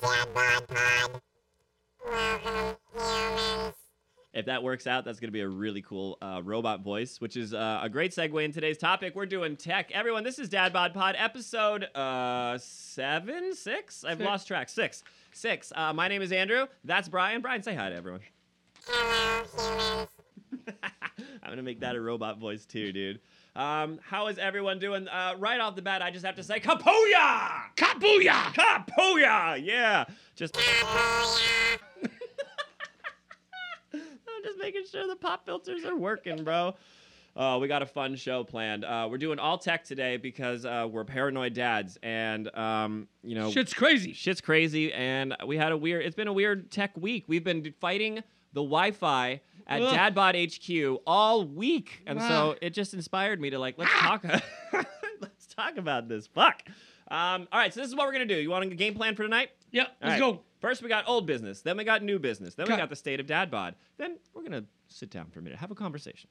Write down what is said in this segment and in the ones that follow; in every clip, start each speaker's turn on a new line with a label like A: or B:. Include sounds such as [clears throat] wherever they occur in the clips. A: bod pod. Welcome, humans.
B: If that works out, that's going to be a really cool uh, robot voice, which is uh, a great segue in today's topic. We're doing tech. Everyone, this is Dad Bod Pod, episode uh, seven, six? I've
C: Six.
B: lost track. Six. Six. Uh, my name is Andrew. That's Brian. Brian, say hi to everyone. [laughs]
A: Hello, humans.
B: I'm gonna make that a robot voice too, dude. Um, how is everyone doing? Uh, right off the bat, I just have to say, Kapuya! Kapuya! Kapuya! Yeah, just
A: Kapoya.
B: I'm just making sure the pop filters are working, bro. Oh, we got a fun show planned. Uh, we're doing all tech today because uh, we're paranoid dads, and um, you know,
C: Shit's crazy.
B: shit's crazy. And we had a weird. It's been a weird tech week. We've been fighting the Wi-Fi at
C: Ugh.
B: Dadbot HQ all week, and so
C: Ah.
B: it just inspired me to like let's talk. [laughs] let's talk about this. Fuck. Um, all right, so this is what we're gonna do. You want a game plan for tonight?
C: Yep,
B: All
C: let's
B: right.
C: go.
B: First, we got old business. Then we got new business. Then we
C: Okay.
B: got the state of dad bod. Then we're gonna sit down for a minute, have a conversation.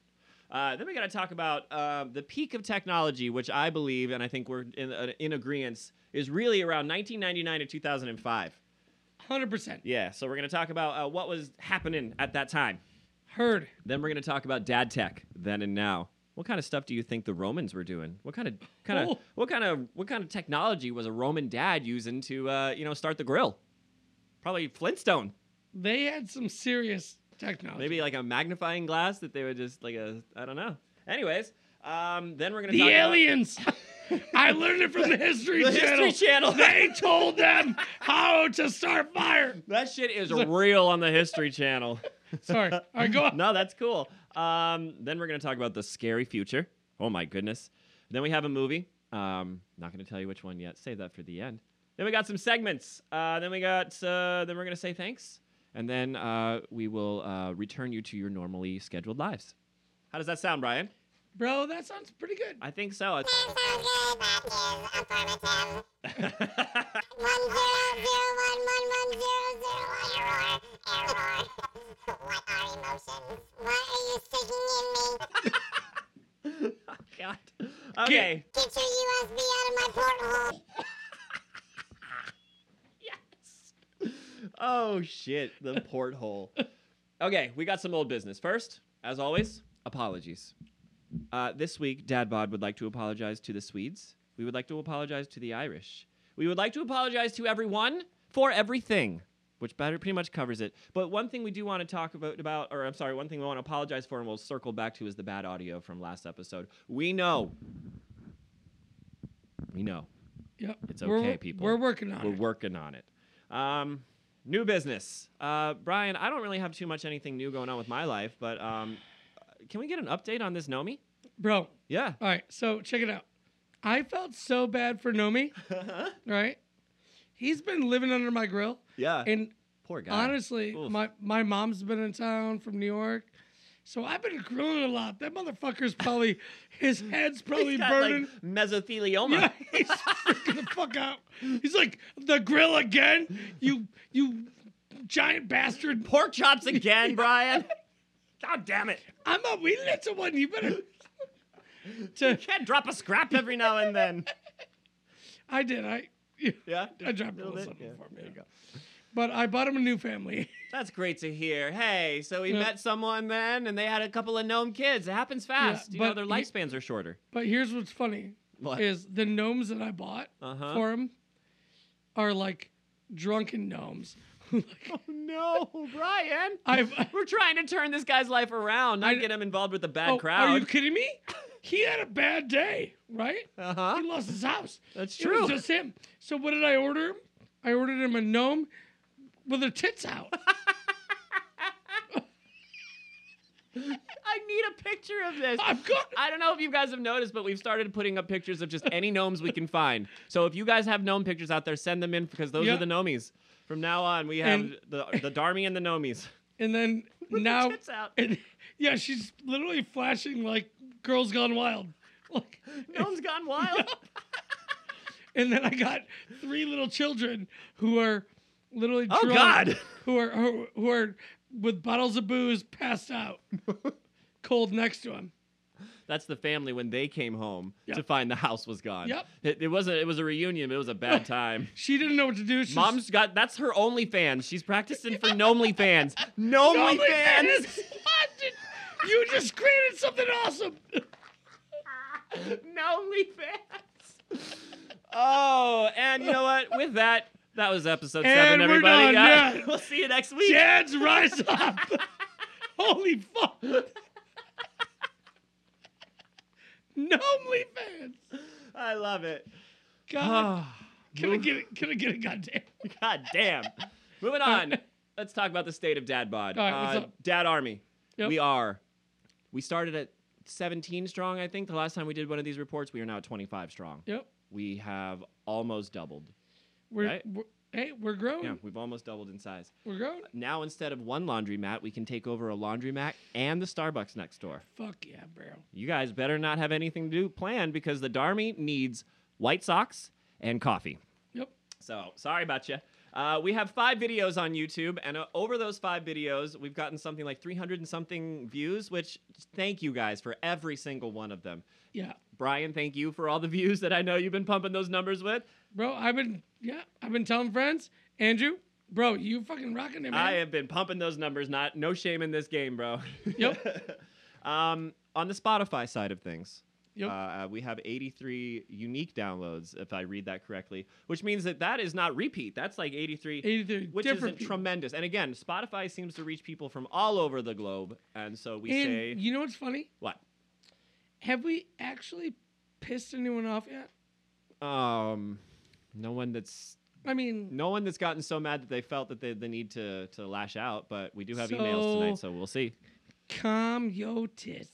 B: Uh, then we gotta talk about uh, the peak of technology, which I believe, and I think we're in uh, in agreement, is really around 1999 to 2005.
C: 100%.
B: Yeah. So we're gonna talk about uh, what was happening at that time.
C: Heard.
B: Then we're gonna talk about dad tech, then and now. What kind of stuff do you think the Romans were doing? What kind of kind of
C: Oh.
B: what kind of what kind of technology was a Roman dad using to uh, you know start the grill? Probably Flintstone.
C: They had some serious technology.
B: Maybe like a magnifying glass that they would just like a I don't know. Anyways, um, then we're gonna talk
C: the
B: about- [laughs]
C: aliens. I learned it from the History
B: The
C: Channel.
B: History Channel. [laughs]
C: they told them how to start fire.
B: that shit is
C: [laughs]
B: real on the History Channel.
C: Sorry. All right, go on.
B: no, that's cool. Um, then we're gonna talk about the scary future. Oh my goodness. Then we have a movie. Um, not gonna tell you which one yet. Save that for the end. Then we got some segments. Uh, then we got. Uh, then we're gonna say thanks, and then uh, we will uh, return you to your normally scheduled lives. How does that sound, Brian?
C: Bro, that sounds pretty good.
B: I think so. It's-
A: That sounds good. That is affirmative.
B: [laughs]
A: One zero zero one one one zero zero one error error. what are emotions? What are you sticking in me?
B: God. Okay.
A: Get your USB out of my porthole.
B: Yes. Oh shit, the porthole. Okay, we got some old business. First, as always, apologies. Uh, this week, Dad Bod would like to apologize to the Swedes. We would like to apologize to the Irish. We would like to apologize to everyone for everything, which better pretty much covers it. But one thing we do want to talk about, about, or I'm sorry, one thing we want to apologize for, and we'll circle back to, is the bad audio from last episode. We know. We know.
C: Yep.
B: It's
C: We're-
B: okay, people.
C: We're working on
B: We're
C: it.
B: working on it. Um, new business. Uh, Brian, I don't really have too much anything new going on with my life, but um, can we get an update on this Nomi?
C: Bro,
B: Yeah.
C: all right, so check it out. I felt so bad
B: [laughs]
C: for Nomi, right? He's been living under my grill.
B: yeah.
C: And
B: Poor guy.
C: honestly,
B: Oof.
C: my, my mom's been in town from New York. So I've been grilling a lot. That motherfucker's probably, [laughs] his head's
B: [laughs]
C: probably
B: He's got,
C: burning.
B: like,
C: [laughs]
B: mesothelioma.
C: Yeah, he's freaking the fuck out. He's like the grill again. You you giant bastard.
B: Pork chops
C: [laughs]
B: again, Brian. God damn [laughs] it.
C: I'm a wee little one. You better. to,
B: Can't drop a scrap every now and then.
C: I did. I [laughs]
B: Yeah.
C: I dropped a
B: Little
C: little
B: bit,
C: something
B: yeah,
C: for me. But I bought him a new family. [laughs]
B: That's great to hear. Hey, so we
C: Yeah.
B: met someone, man, and they had a couple of gnome kids. It happens fast. you know,
C: but
B: their
C: he-
B: lifespans are shorter.
C: But here's what's funny:
B: What?
C: is the gnomes that I bought
B: Uh-huh.
C: for him are like drunken gnomes. [laughs]
B: Oh, no, Brian.
C: I've. [laughs]
B: We're trying to turn this guy's life around, not
C: I-
B: get him involved with the bad
C: Oh,
B: crowd.
C: Are you kidding me? He had a bad day, right?
B: Uh-huh.
C: He lost his house.
B: That's
C: It was
B: true.
C: just him. So what did I order him? I ordered him a gnome with her
B: [laughs]
C: tits out.
B: I need a picture of this.
C: I'm good.
B: I don't know if you guys have noticed, but we've started putting up pictures of just any gnomes we can find. So if you guys have gnome pictures out there, send them in because those
C: Yeah.
B: are the gnomies. From now on, we have
C: And- Oh.
B: the the Darmy and the
C: [laughs]
B: gnomies.
C: And then
B: [laughs] With their
C: now,
B: tits out.
C: [laughs] and- yeah, she's literally flashing like Girls Gone Wild. [laughs] Like,
B: Gnomes gone
C: [laughs]
B: wild.
C: and then I got three little children who are literally
B: Oh,
C: drunk,
B: God.
C: who are who, who
B: [laughs]
C: are with bottles of booze passed out, cold next to him.
B: That's the family when they came home to
C: Yep.
B: find the house was gone.
C: Yep.
B: It, it wasn't. It was a reunion. But it was a
C: [laughs]
B: bad time.
C: She didn't know what to do. She's
B: Mom's got that's her only fans. She's practicing for Nomely
C: [laughs]
B: fans. Nomely
C: OnlyFans.
B: fans.
C: What did- you just created something awesome.
B: Nomely fans. Oh, and you know what? With that, that was episode seven,
C: And we're
B: everybody.
C: done,
B: Yeah.
C: yeah.
B: We'll see you next week.
C: Dad's rise up. [laughs] Holy fuck. [laughs] No OnlyFans.
B: I love
C: [sighs]
B: it.
C: God.
B: [sighs]
C: Can I
B: Move-
C: get it? Can I get it? Goddamn.
B: God damn. Moving on. Let's talk about the state of dad bod.
C: All right, what's
B: Uh,
C: up?
B: Dad Army.
C: Yep.
B: We are. We started at 17 strong, I think. The last time we did one of these reports, we are now at 25 strong.
C: Yep.
B: We have almost doubled.
C: We're,
B: Right?
C: we're hey, we're growing.
B: Yeah, we've almost doubled in size.
C: We're growing.
B: Now instead of one laundromat, we can take over a laundromat and the Starbucks next door.
C: Fuck yeah, bro.
B: You guys better not have anything to do planned because the Darmy needs white socks and coffee.
C: Yep.
B: So sorry about you. Uh, we have five videos on YouTube, and uh, over those five videos, we've gotten something like 300 and something views, which thank you guys for every single one of them.
C: Yeah.
B: Brian, thank you for all the [laughs] views that I know you've been pumping those numbers with.
C: Bro, I've been yeah, I've been telling friends. Andrew, bro, you fucking rocking it, man.
B: I have been pumping those numbers. Not no shame in this game, bro.
C: [laughs]
B: [laughs]
C: Yep.
B: um, on the Spotify side of things,
C: Yep.
B: uh, uh, we have 83 unique downloads, if I read that correctly, which means that that is not repeat. That's like 83,
C: 83
B: which
C: different
B: is
C: people.
B: tremendous. And again, Spotify seems to reach people from all over the globe, and so we
C: and
B: say
C: you know what's funny?
B: what?
C: Have we actually pissed anyone off yet?
B: Um, no one that's
C: I mean,
B: no one that's gotten so mad that they felt that they, they need to to lash out. But we do have emails
C: So-
B: tonight, so we'll see.
C: calm your
B: [laughs]
C: tits.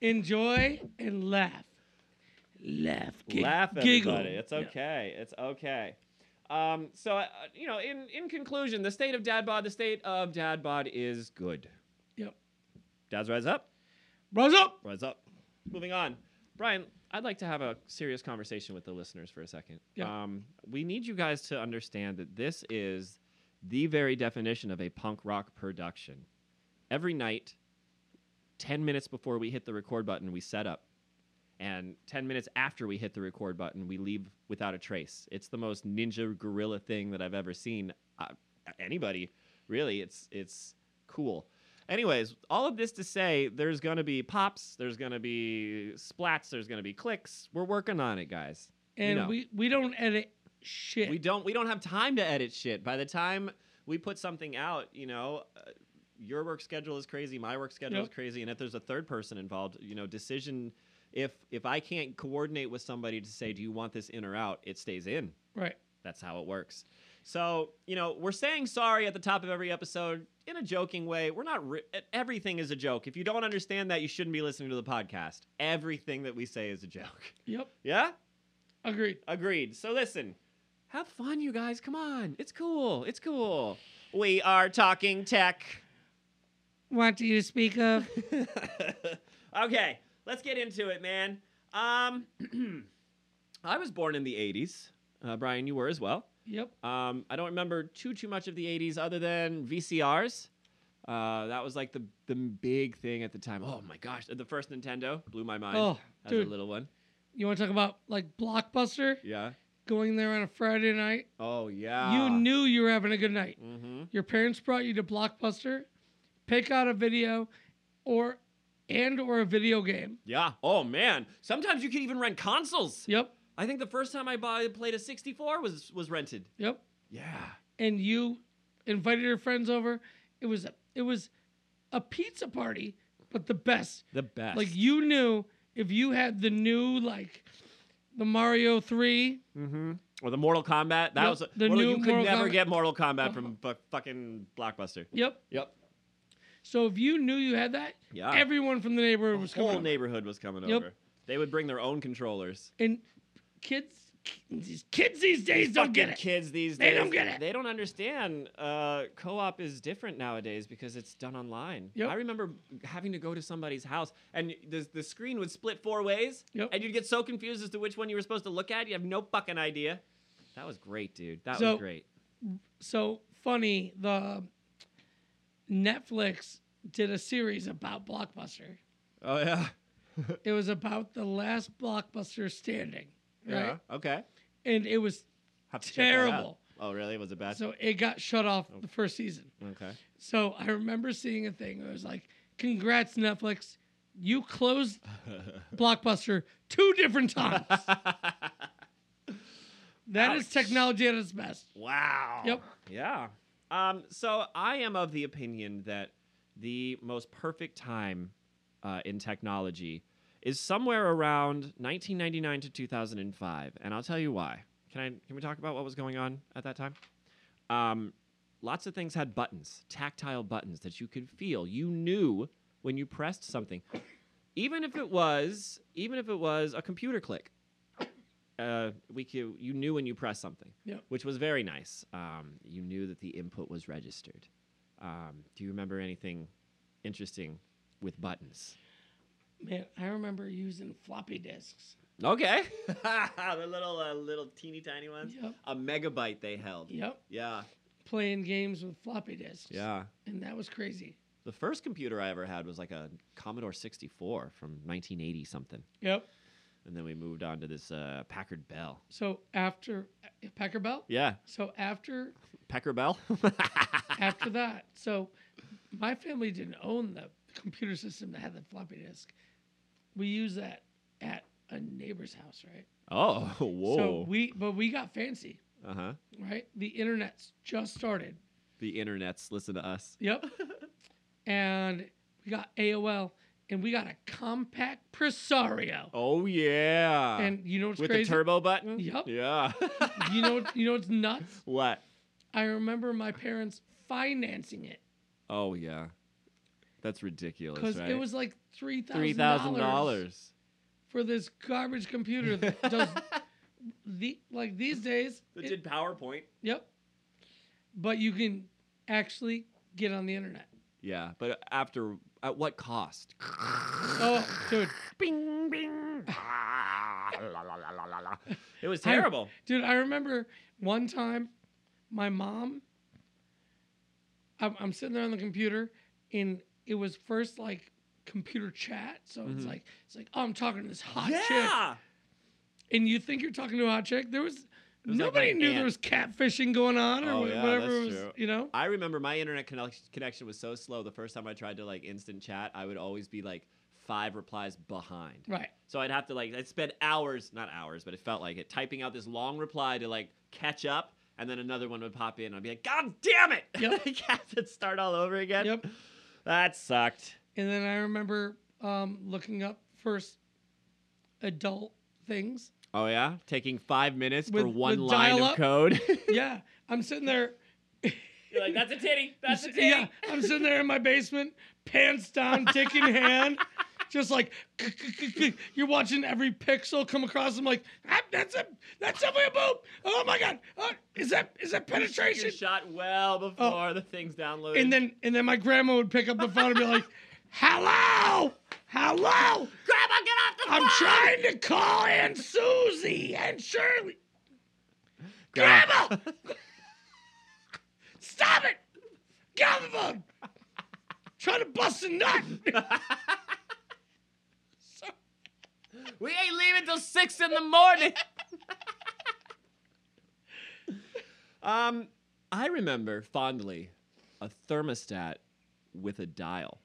C: Enjoy and laugh. Laugh. gig-
B: laugh
C: giggle.
B: everybody it's
C: Yeah.
B: okay it's okay um, so uh, you know in, in conclusion the state of dad bod the state of dad bod is good
C: Yep.
B: dads rise up
C: Bros up.
B: rise up moving on brian i'd like to have a serious conversation with the listeners for a second
C: Yeah.
B: um, we need you guys to understand that this is the very definition of a punk rock production every night 10 minutes before we hit the record button, we set up. And 10 minutes after we hit the record button, we leave without a trace. It's the most ninja gorilla thing that I've ever seen. Uh, anybody, really. It's, it's cool. Anyways, all of this to say there's going to be pops, there's going to be splats, there's going to be clicks. We're working on it, guys. You
C: And
B: know.
C: we we don't edit shit.
B: [laughs] We don't we don't have time to edit shit. By the time we put something out, you know, uh, your work schedule is crazy, my work schedule is
C: Yep.
B: crazy, and if there's a third person involved, you know, decision if if I can't coordinate with somebody to say, "Do you want this in or out?" it stays in.
C: Right.
B: That's how it works. So, you know, we're saying sorry at the top of every episode in a joking way. We're not, ri- e, everything is a joke. If you don't understand that, you shouldn't be listening to the podcast. Everything that we say is a joke. [laughs]
C: Yep.
B: Yeah?
C: Agreed.
B: Agreed. So listen, have fun, you guys. Come on. It's cool. It's cool. We are talking tech.
C: What do you speak of?
B: [laughs] okay, let's get into it, man. Um, [clears throat] I was born in the 80s. Uh, Brian, you were as well.
C: [laughs] yep.
B: Um, I don't remember too too much of the '80s other than VCRs. Uh, that was like the the big thing at the time. Oh my gosh, the first Nintendo blew my mind
C: Oh,
B: as
C: dude.
B: a little one.
C: You want to talk about like blockbuster
B: Yeah.
C: going there on a Friday night?
B: Oh yeah.
C: you knew you were having a good night.
B: Mm-hmm.
C: Your parents brought you to Blockbuster, pick out a video, or and or a video game.
B: Yeah. Oh man. Sometimes you could even rent consoles.
C: Yep.
B: I think the first time I bought, played a 64 was was rented.
C: Yep.
B: Yeah.
C: And you invited your friends over. It was a, it was a pizza party, but the best.
B: The best.
C: Like you knew if you had the new like the Mario 3,
B: Mm-hmm. Or the Mortal Kombat. That
C: Yep,
B: was a,
C: the
B: well,
C: new
B: you could
C: Mortal
B: never
C: Kombat. Uh-huh.
B: get Mortal Kombat from fu- fucking Blockbuster.
C: yep.
B: Yep.
C: So if you knew you had that,
B: Yeah.
C: everyone from the neighborhood was
B: whole
C: coming. over.
B: neighborhood was coming
C: Yep.
B: over. They would bring their own controllers.
C: and kids these kids these days
B: These
C: don't get
B: fucking
C: it.
B: Kids these
C: They
B: days,
C: don't get it.
B: They don't understand. Uh, co-op is different nowadays because it's done online.
C: Yep.
B: I remember having to go to somebody's house, and the the screen would split four ways,
C: Yep.
B: and you'd get so confused as to which one you were supposed to look at. You have no fucking idea. That was great, dude. That
C: So-
B: was great.
C: So funny, the Netflix did a series about Blockbuster.
B: Oh yeah.
C: It was about the last blockbuster standing, right?
B: Okay.
C: And it was
B: Have to check that out.
C: Terrible.
B: Oh really? Was it bad?
C: so it got shut off
B: Oh.
C: the first season.
B: okay.
C: So I remember seeing a thing. It was like, "Congrats, Netflix! You closed
B: [laughs]
C: blockbuster two different times." That is technology at its best.
B: Wow.
C: Yep.
B: Yeah. Um, so I am of the opinion that the most perfect time uh, in technology is somewhere around 1999 to 2005, and I'll tell you why. Can I? Can we talk about what was going on at that time? Um, lots of things had buttons, tactile buttons that you could feel. You knew when you pressed something, even if it was even if it was a computer click. Uh, we could, you knew when you pressed something
C: Yep.
B: which was very nice. Um, you knew that the input was registered. Um, do you remember anything interesting with buttons?
C: Man, I remember using floppy disks.
B: [laughs] Okay, the little uh, little teeny tiny ones.
C: Yep.
B: A megabyte they held.
C: Yep.
B: Yeah.
C: Playing games with floppy disks.
B: Yeah.
C: And that was crazy.
B: The first computer I ever had was like a Commodore 64 from 1980 something,
C: Yep.
B: and then we moved on to this uh, Packard Bell.
C: So after Packer Bell.
B: Yeah,
C: So after
B: Packard Bell. [laughs]
C: after that, so my family didn't own the computer system that had the floppy disk. We used that at a neighbor's house, right?
B: oh,
C: So
B: whoa.
C: we but we got fancy,
B: uh huh.
C: right? The internet's just started.
B: The internet's listen to us. [laughs]
C: Yep. and we got AOL and we got a compact presario.
B: Oh yeah.
C: And you know what's
B: with
C: crazy?
B: the turbo button.
C: Yup.
B: Yeah. [laughs]
C: you know you know what's nuts?
B: what?
C: I remember my parents financing it
B: Oh yeah, that's ridiculous.
C: because
B: right?
C: it was like three
B: three
C: thousand
B: thousand
C: dollars
B: dollars.
C: for this garbage
B: [laughs]
C: computer that does the like these days. it-
B: PowerPoint.
C: yep. But you can actually get on the internet.
B: Yeah, but after at what cost? [laughs]
C: Oh, dude,
B: bing bing. Ah, la, la, la, la, la, la. It was
C: I-
B: terrible.
C: dude! I remember one time, my mom. I'm, I'm sitting there on the computer, and it was first like computer chat. So it's
B: Mhm.
C: like it's like oh, I'm talking to this hot chick, and you think you're talking to a hot chick. There was,
B: was like
C: nobody
B: my
C: knew there
B: aunt.
C: was catfishing going on or
B: Oh,
C: wha-
B: yeah,
C: whatever.
B: that's
C: it was,
B: true.
C: You know.
B: I remember my internet connect- connection was so slow. The first time I tried to like instant chat, I would always be like five replies behind.
C: Right.
B: So I'd have to like I'd spend hours, not hours, but it felt like it, typing out this long reply to like catch up, and then another one would pop in. And I'd be like, God damn it! [laughs]
C: Yep.
B: I have to start all over again.
C: Yep.
B: That sucked.
C: And then I remember um, looking up first adult things.
B: Oh yeah, taking five minutes for
C: With-
B: one
C: with
B: line of
C: dial-up? [laughs]
B: code.
C: yeah, I'm sitting there.
B: You're like, that's a
C: [laughs]
B: titty. That's a titty.
C: Yeah, I'm sitting there in my basement, pants down, dick in hand, [laughs] just like you're watching every pixel come across. I'm like, "Ah, that's a that's definitely a boob. Oh my god, oh, is that is that
B: You
C: penetration?
B: shot well before the thing's downloaded.
C: Oh. And then and then my grandma would pick up the phone and be like, [laughs] hello, hello.
B: Grandma, get off the
C: I'm
B: phone!
C: trying to call Aunt Susie and Shirley.
B: Grandma! [laughs]
C: Grandma! Stop it! Get off the phone! Trying to bust a nut! so,
B: We ain't leaving till six in the morning. [laughs] um, I remember fondly a thermostat with a dial.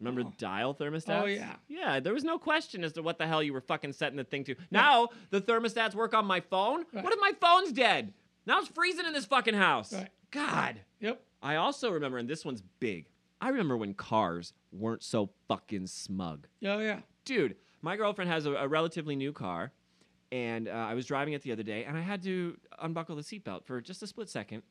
B: Remember
C: Oh.
B: dial thermostats?
C: Oh, yeah.
B: Yeah, there was no question as to what the hell you were fucking setting the thing to. Now the thermostats work on my phone.
C: Right.
B: What if my phone's dead? Now it's freezing in this fucking house.
C: Right.
B: God.
C: yep.
B: I also remember, and this one's big. I remember when cars weren't so fucking smug
C: Oh, yeah.
B: dude, my girlfriend has a, a relatively new car, and uh, I was driving it the other day, and I had to unbuckle the seatbelt for just a split second.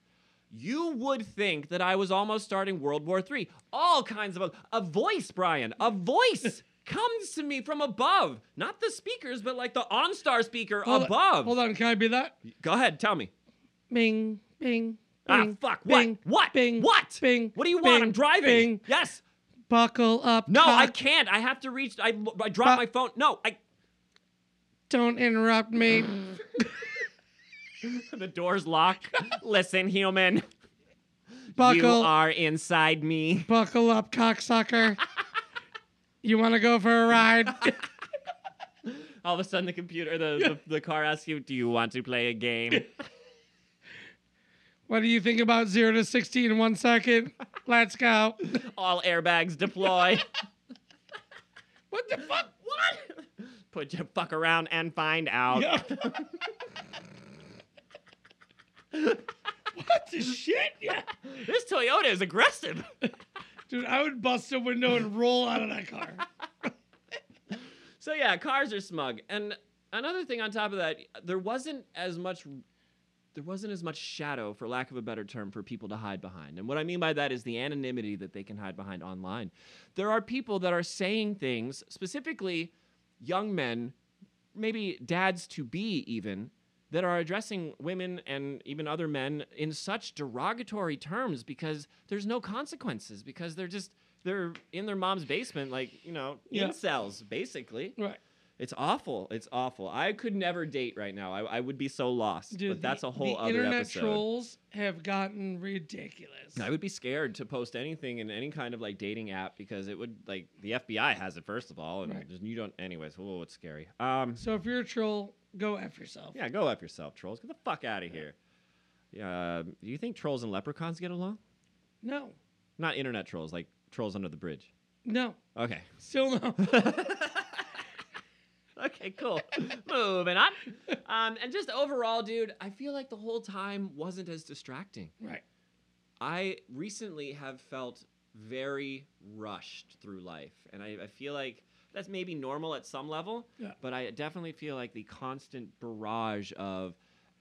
B: You would think that I was almost starting World War III. All kinds of a voice, Brian, a
C: [laughs]
B: voice comes to me from above, not the speakers, but like the OnStar speaker
C: Hold on-
B: above.
C: hold on, can I be that?
B: Go ahead, tell me.
C: Bing, bing.
B: ah,
C: bing,
B: fuck!
C: Bing,
B: what? What?
C: Bing.
B: what?
C: Bing.
B: What do you want?
C: Bing,
B: I'm driving.
C: Bing.
B: Yes.
C: Buckle up.
B: No, I
C: cock.
B: can't. I have to reach. I, I dropped my phone. No, I.
C: Don't interrupt me.
B: [laughs] The door's locked.
C: [laughs]
B: Listen, human. You
C: Buckle.
B: are inside me. [laughs]
C: Buckle up, cocksucker. You want to go for a ride?
B: All of a sudden, the computer, the, the, the car asks you, "Do you want to play a game?"
C: what do you think about zero to 60 in one second? Let's go.
B: All airbags
C: [laughs]
B: deploy.
C: What the fuck?
B: what? Put your fuck around and find out.
C: Yeah. [laughs] what the shit? Yeah.
B: This Toyota is aggressive. [laughs]
C: Dude, I would bust a window and roll out of that car.
B: So yeah, cars are smug. And another thing on top of that, there wasn't as much there wasn't as much shadow, for lack of a better term, for people to hide behind. And what I mean by that is the anonymity that they can hide behind online. There are people that are saying things, specifically young men, maybe dads to be even, that are addressing women and even other men in such derogatory terms because there's no consequences, because they're just they're in their mom's basement, like, you know,
C: Yeah.
B: incels, basically.
C: Right.
B: It's awful. It's awful. I could never date right now. I, I would be so lost.
C: Dude,
B: but that's
C: the-
B: a whole
C: the
B: other
C: internet
B: episode.
C: trolls have gotten ridiculous.
B: I would be scared to post anything in any kind of like dating app because it would like the FBI has it first of all, and
C: Right.
B: there's- you don't. Anyways, whoa, it's scary. Um,
C: So if you're a troll, go f yourself.
B: yeah, go up yourself, trolls. Get the fuck out of here. Yeah, um, do you think trolls and leprechauns get along?
C: No,
B: Not internet trolls, like trolls under the bridge.
C: no,
B: Okay. [laughs]
C: still no.
B: Okay,
C: [laughs]
B: cool. Moving on. Um, and just overall, dude, I feel like the whole time wasn't as distracting.
C: right.
B: I recently have felt very rushed through life, and I, I feel like that's maybe normal at some level,
C: Yeah.
B: but I definitely feel like the constant barrage of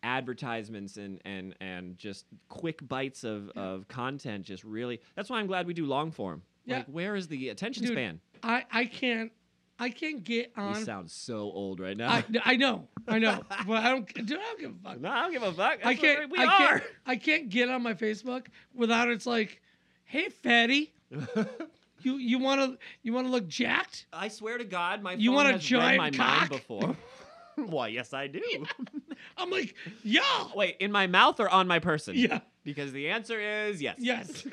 B: advertisements and and and just quick bites of, of content just really that's why I'm glad we do long form.
C: Yeah.
B: Like where is the attention
C: Dude,
B: span?
C: I I can't I can't get
B: we
C: on.
B: sound so old right now.
C: I, I know, I know, but I don't. Dude, I don't give a
B: [laughs]
C: fuck.
B: no, I don't give a fuck.
C: I
B: That's what
C: can't.
B: we
C: I
B: are. [laughs]
C: can't. I can't get on my Facebook without it's like, hey,
B: [laughs]
C: fatty, you you want to you want to look jacked?
B: I swear to God, my
C: You
B: phone
C: want a
B: has
C: giant
B: read my mind
C: cock?
B: before. [laughs] Why, yes, I do.
C: [laughs] I'm like, yeah,
B: Wait, in my mouth or on my person?
C: yeah,
B: Because the answer is yes.
C: yes. [laughs]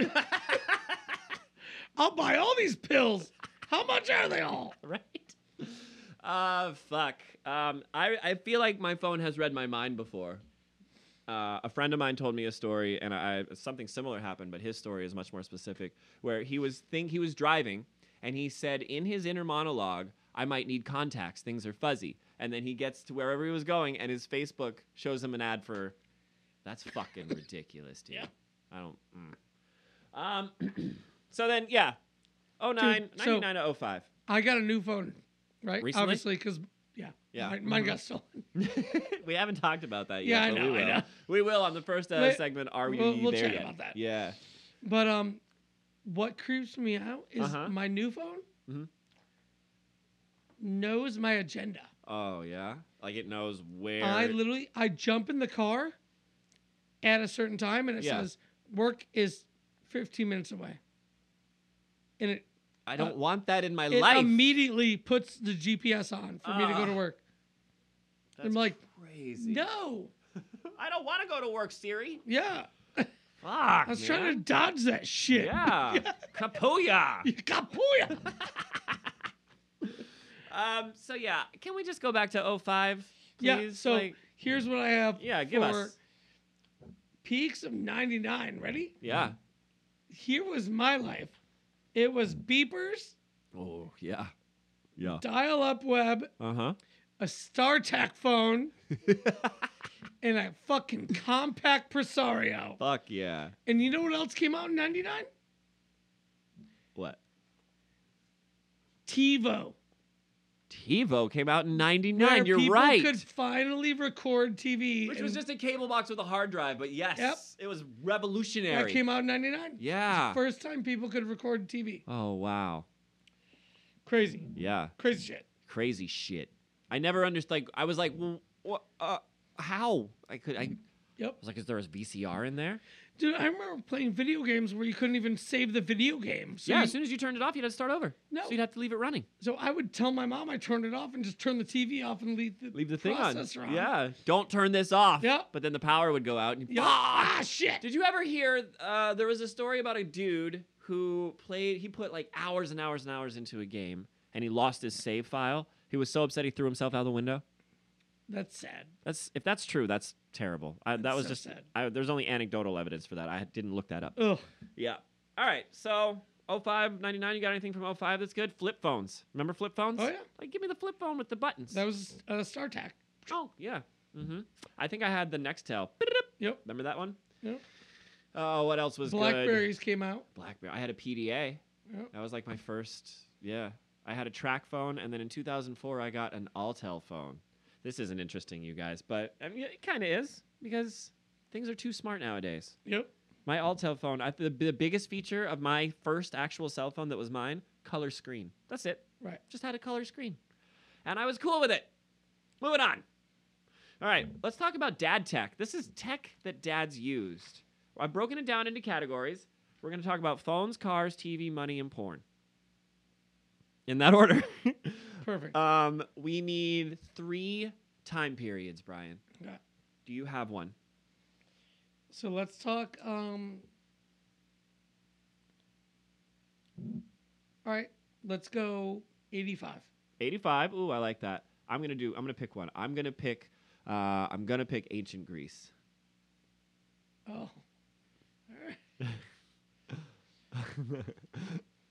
C: I'll buy all these pills. How much are they all?
B: [laughs] Right? Uh, fuck. Um, I, I feel like my phone has read my mind before. Uh, a friend of mine told me a story, and I, something similar happened, but his story is much more specific. Where he was think he was driving, and he said in his inner monologue, "I might need contacts. Things are fuzzy." And then he gets to wherever he was going, and his Facebook shows him an ad for. That's fucking ridiculous, dude.
C: Yeah.
B: I don't. mm. Um. [clears throat] so then, yeah. 09,
C: Dude, so-
B: 99 to 05.
C: I got a new phone, right?
B: Recently?
C: Obviously, because yeah,
B: Yeah. Mm-hmm.
C: mine, mine got stolen.
B: we haven't talked about that
C: Yeah,
B: yet.
C: I
B: but
C: know,
B: we
C: I
B: will.
C: know.
B: We will on the first uh,
C: Wait,
B: segment. Are we
C: we'll- we'll
B: there
C: chat
B: yet?
C: about that.
B: Yeah.
C: But um, what creeps me out is
B: Uh-huh.
C: my new phone
B: Mhm.
C: knows my agenda.
B: Oh yeah. Like it knows where.
C: I literally I jump in the car at a certain time and it
B: Yeah.
C: says work is 15 minutes away. And it,
B: I don't want that in my
C: it
B: life.
C: immediately puts the GPS on for me to go to
B: Ah.
C: work.
B: That's
C: I'm like,
B: crazy.
C: no.
B: I don't want to go to work, Siri.
C: Yeah.
B: Fuck.
C: I was trying to dodge that shit. [laughs]
B: Yeah. [laughs] Kapuya.
C: Kapuya.
B: [laughs] Um. So yeah, can we just go back to 05, please?
C: yeah. So
B: Like,
C: here's what I have.
B: yeah, give
C: for
B: us.
C: peaks of 99. Ready?
B: Yeah.
C: Here was my life. It was beepers,
B: Oh yeah. Yeah.
C: dial up web,
B: Uh huh.
C: a
B: [laughs]
C: StarTAC phone, and a fucking compact Presario.
B: Fuck yeah.
C: And you know what else came out in 99?
B: What?
C: TiVo.
B: TiVo came out in
C: where
B: '99. You're
C: people
B: right.
C: could finally record TV.
B: Which was
C: and
B: just a cable box with a hard drive, but yes,
C: Yep.
B: it was
C: that
B: revolutionary.
C: came out in 99.
B: yeah.
C: First time people could record TV.
B: Oh wow.
C: Crazy.
B: Yeah.
C: Crazy shit.
B: Crazy shit. I never understood. Like I was like, well, what? Uh, how? I could. I
C: Yep.
B: was like, is there a VCR in there?
C: Dude, I remember playing video games where you couldn't even save the video game. So
B: yeah.
C: you-
B: as soon as you turned it off, you'd have to start over.
C: No.
B: So you'd have to leave it running.
C: so I would tell my mom I turned it off and just turn the TV off and leave the,
B: Leave the thing on.
C: processor
B: Yeah. Don't turn this off.
C: Yeah.
B: But then the power would go out. And
C: Yeah. Ah, shit.
B: Did you ever hear? Uh, there was a story about a dude who played. He put like hours and hours and hours into a game, and he lost his save file. He was so upset he threw himself out the window.
C: That's sad.
B: That's if that's true, that's terrible. I, that
C: That's
B: was
C: so
B: just
C: sad.
B: I, there's only anecdotal evidence for that. I didn't look that
C: [laughs]
B: up.
C: Ugh.
B: Yeah. All right. So 05, 99, you got anything from 05 that's good? Flip phones. Remember flip phones?
C: Oh, yeah.
B: Like give me the flip phone with the buttons.
C: That was uh, StarTAC.
B: oh yeah. Mm-hmm. I think I had the Nextel.
C: Yep.
B: Remember that one?
C: Yep.
B: Oh, what else was good?
C: Blackberries came out.
B: Blackberry. I had a PDA.
C: Yep.
B: That was like my first. Yeah, I had a track phone, and then in 2004 I got an Altel phone. This isn't interesting, you guys, but I mean, it kind of is because things are too smart nowadays.
C: Yep.
B: My Altel phone, I, the, the biggest feature of my first actual cell phone that was mine, color screen. That's it.
C: Right.
B: Just had a color screen, and I was cool with it. Moving on. All right, let's talk about dad tech. This is tech that dads used. I've broken it down into categories. We're going to talk about phones, cars, TV, money, and porn. In that order. [laughs]
C: Perfect.
B: um, we need three time periods, Brian.
C: Yeah.
B: Do you have one?
C: so let's talk. Um. All right. Let's go 85.
B: 85. Ooh, I like that. I'm going to do, I'm going to pick one. I'm going to pick, uh, I'm going to pick ancient Greece. [laughs]
C: Oh. All right.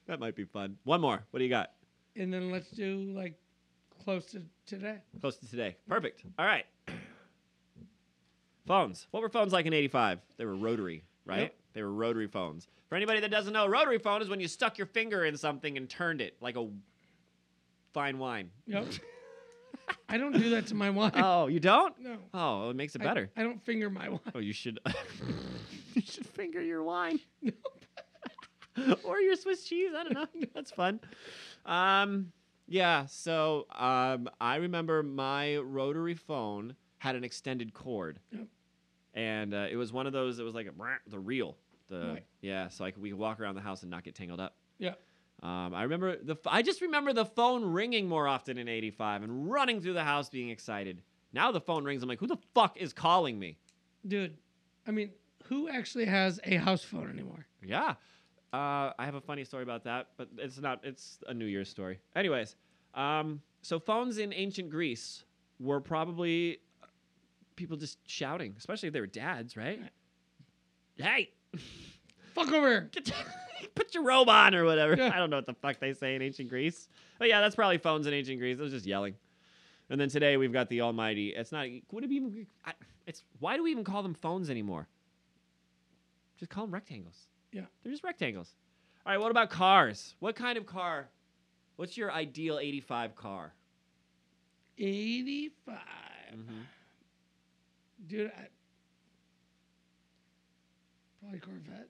B: that might be fun. One more. What do you got?
C: And then let's do like close to today.
B: Close to today. Perfect. All right. [clears throat] Phones. What were phones like in 85? They were rotary, right?
C: Yep.
B: They were rotary phones. For anybody that doesn't know, rotary phone is when you stuck your finger in something and turned it like a fine wine.
C: Yep. I don't do that to my wine.
B: Oh, you don't?
C: no.
B: Oh, well, it makes it
C: I-
B: better.
C: I, don't finger my wine.
B: oh, you should [laughs] you should finger your wine. [laughs] or your Swiss cheese, I don't know. [laughs] That's fun. Um yeah, so um I remember my rotary phone had an extended cord.
C: Yep.
B: And uh, it was one of those that was like a, brrrt, the reel. The
C: Right.
B: yeah, so I could, we could walk around the house and not get tangled up.
C: Yeah.
B: Um, I remember the. ph- I just remember the phone ringing more often in '85 and running through the house being excited. Now the phone rings. I'm like, who the fuck is calling me?
C: Dude, I mean, who actually has a house phone anymore?
B: Yeah. Uh, I have a funny story about that, but it's not. It's a New Year's story. Anyways, um, so phones in ancient Greece were probably uh, people just shouting, especially if they were dads, right? Hey,
C: Fuck over here.
B: get your- [laughs] put your robe on or whatever.
C: Yeah.
B: I don't know what the fuck they say in ancient Greece. But yeah, that's probably phones in ancient Greece. It was just yelling. And then today we've got the almighty. It's not. Would it be even? I, it's why do we even call them phones anymore? Just call them rectangles.
C: Yeah.
B: they're just rectangles. All right. What about cars? What kind of car? What's your ideal '85 car?
C: 85.
B: Mm-hmm.
C: Dude, I, probably Corvette.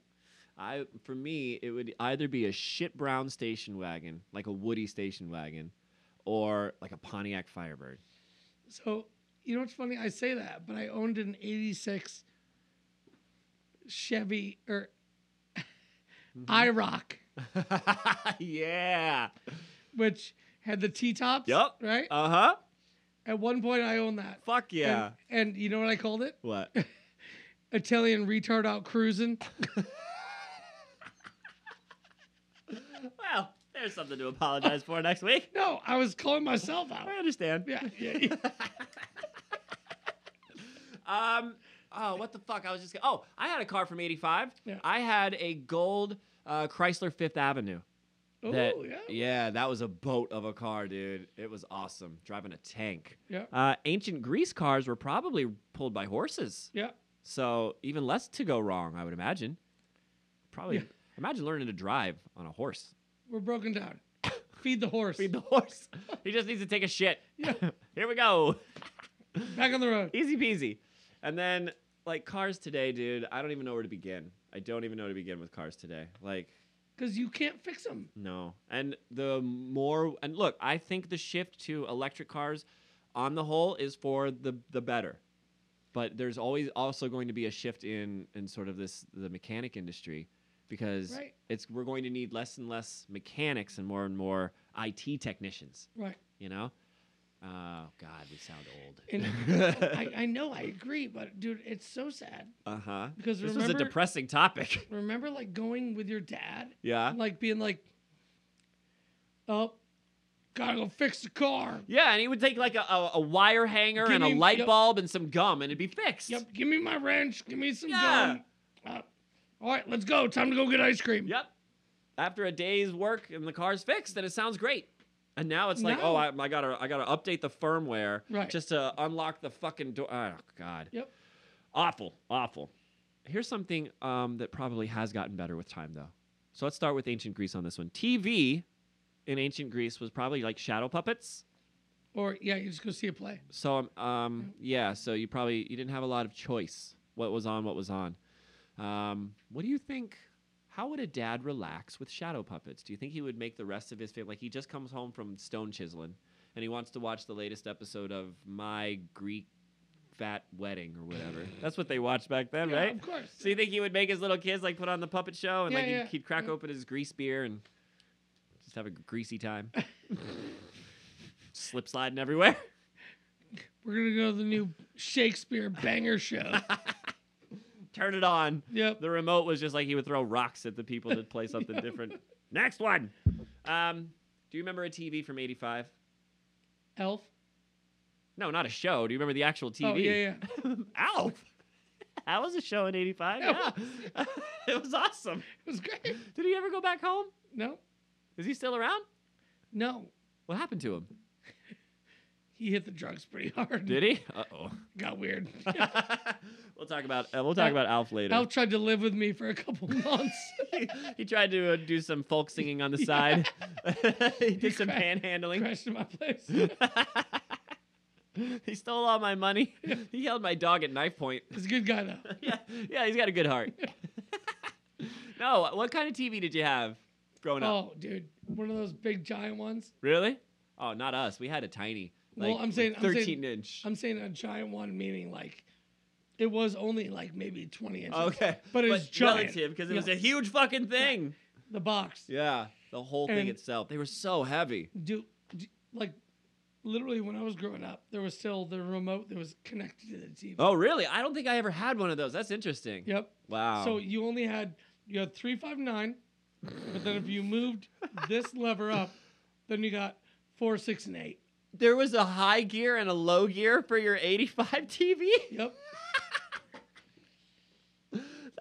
B: I for me it would either be a shit brown station wagon, like a Woody station wagon, or like a Pontiac Firebird.
C: So, you know what's funny? I say that, but I owned an 86 Chevy or
B: Mm-hmm.
C: IROC,
B: [laughs] yeah.
C: which had the T tops.
B: Yup.
C: Right?
B: Uh huh.
C: At one point, I owned that.
B: Fuck
C: And-
B: yeah.
C: And, you know what I called it?
B: what?
C: Italian retard out cruising.
B: [laughs] Well, there's something to apologize for next week.
C: No, I was calling myself out.
B: I understand.
C: Yeah, yeah, yeah.
B: Um. Oh, what the fuck? I was just. Gonna, oh, I had a car from '85.
C: Yeah.
B: I had a gold uh, Chrysler Fifth Avenue.
C: Oh,
B: That-
C: yeah.
B: Yeah, that was a boat of a car, dude. It was awesome. Driving a tank.
C: Yeah.
B: Uh, ancient Greece cars were probably pulled by horses.
C: Yeah.
B: So even less to go wrong, I would imagine. Probably
C: Yeah.
B: imagine learning to drive on a horse.
C: We're broken down. Feed the horse.
B: Feed the horse. [laughs] he just needs to take a shit. [laughs] Here we go.
C: Back on the road.
B: Easy peasy. And then like cars today, dude, I don't even know where to begin. I don't even know where to begin with cars today. Like
C: Because you can't fix them.
B: No. And the more and look, I think the shift to electric cars on the whole is for the the better. But there's always also going to be a shift in in sort of this the mechanic industry because
C: Right.
B: it's we're going to need less and less mechanics and more and more IT technicians,
C: Right.
B: you know? Oh god, we sound [laughs]
C: And
B: old.
C: I, I know, I agree, but dude, it's so sad.
B: uh-huh.
C: Because
B: This was a
C: remember,
B: depressing topic. [laughs]
C: remember like going with your dad,
B: yeah.
C: and, like being like, oh, Gotta go fix the car.
B: Yeah, and he would take like a, a, a wire hanger
C: Give
B: and a
C: me-
B: light
C: yep.
B: bulb and some gum, and it'd be fixed.
C: Yep, give me my wrench. Give me some
B: Yeah.
C: gum. Uh, all right, let's go. Time to go get ice cream.
B: Yep. After a day's work and the car's fixed, then it sounds great. And now it's like, oh,
C: No.
B: I, I gotta, I gotta update the firmware
C: Right.
B: just to unlock the fucking door. Oh God,
C: Yep.
B: awful, awful. Here's something um, that probably has gotten better with time, though. So let's start with ancient Greece on this one. TV in ancient Greece was probably like shadow puppets.
C: Or yeah, you just go see a play.
B: So um, um yeah, so you probably you didn't have a lot of choice what was on what was on. Um, what do you think? How would a dad relax with shadow puppets? Do you think he would make the rest of his family like he just comes home from stone chiseling and he wants to watch the latest episode of My Greek Fat Wedding or whatever? [laughs] That's what they watched back then,
C: Yeah,
B: right?
C: Of course.
B: So you think he would make his little kids like put on the puppet show and
C: Yeah,
B: like he'd,
C: yeah,
B: he'd crack
C: yeah.
B: open his grease beer and just have a greasy
C: [laughs]
B: time, slip sliding everywhere.
C: We're gonna go to the new Shakespeare banger show.
B: [laughs] Turn it on.
C: yep.
B: The remote was just like he would throw rocks at the people that play something
C: [laughs]
B: different. Next one. Um, do you remember a TV from '85?
C: Elf.
B: No, not a show. Do you remember the actual TV?
C: Oh yeah, yeah. [laughs]
B: [laughs] Alf. That was a show in '85. Yeah,
C: That
B: [laughs] it was awesome.
C: It was great.
B: Did he ever go back home?
C: No,
B: Is he still around?
C: no.
B: What happened to him?
C: He hit the drugs pretty hard.
B: Did he? Uh oh.
C: Got weird.
B: [laughs] we'll talk about uh, we'll talk about Alf later.
C: Elf tried to live with me for a couple [laughs] months.
B: [laughs] he tried to uh, do some folk singing
C: [laughs]
B: on the side. [laughs] he did some
C: cra-
B: panhandling.
C: crashed in
B: [laughs]
C: my place.
B: he stole all my
C: [laughs]
B: money. He held my dog at knife point.
C: He's a good
B: [laughs]
C: guy though.
B: Yeah, yeah, he's got a good
C: [laughs]
B: heart. no, what kind of TV did you have growing up?
C: Oh, dude, one of those big giant ones.
B: Really? Oh, not us. We had a tiny. Like,
C: Well, I'm saying- I'm saying-
B: 13 inch.
C: I'm saying a giant one meaning like it was only like maybe 20 inches.
B: [laughs] okay,
C: but it was giant.
B: relative because it was
C: Yeah.
B: a huge fucking thing.
C: The box.
B: Yeah, the whole thing
C: And-
B: itself. They were so heavy.
C: Do, do- like literally when I was growing up, there was still the remote that was connected to the TV.
B: Oh, really? I don't think I ever had one of those. That's interesting.
C: Yep.
B: Wow.
C: So you only had you had 359, but then if you moved this lever up, then you got 4, 6 and 8.
B: there was a high gear and a low gear for your 85 TV.
C: Yep.
B: [laughs]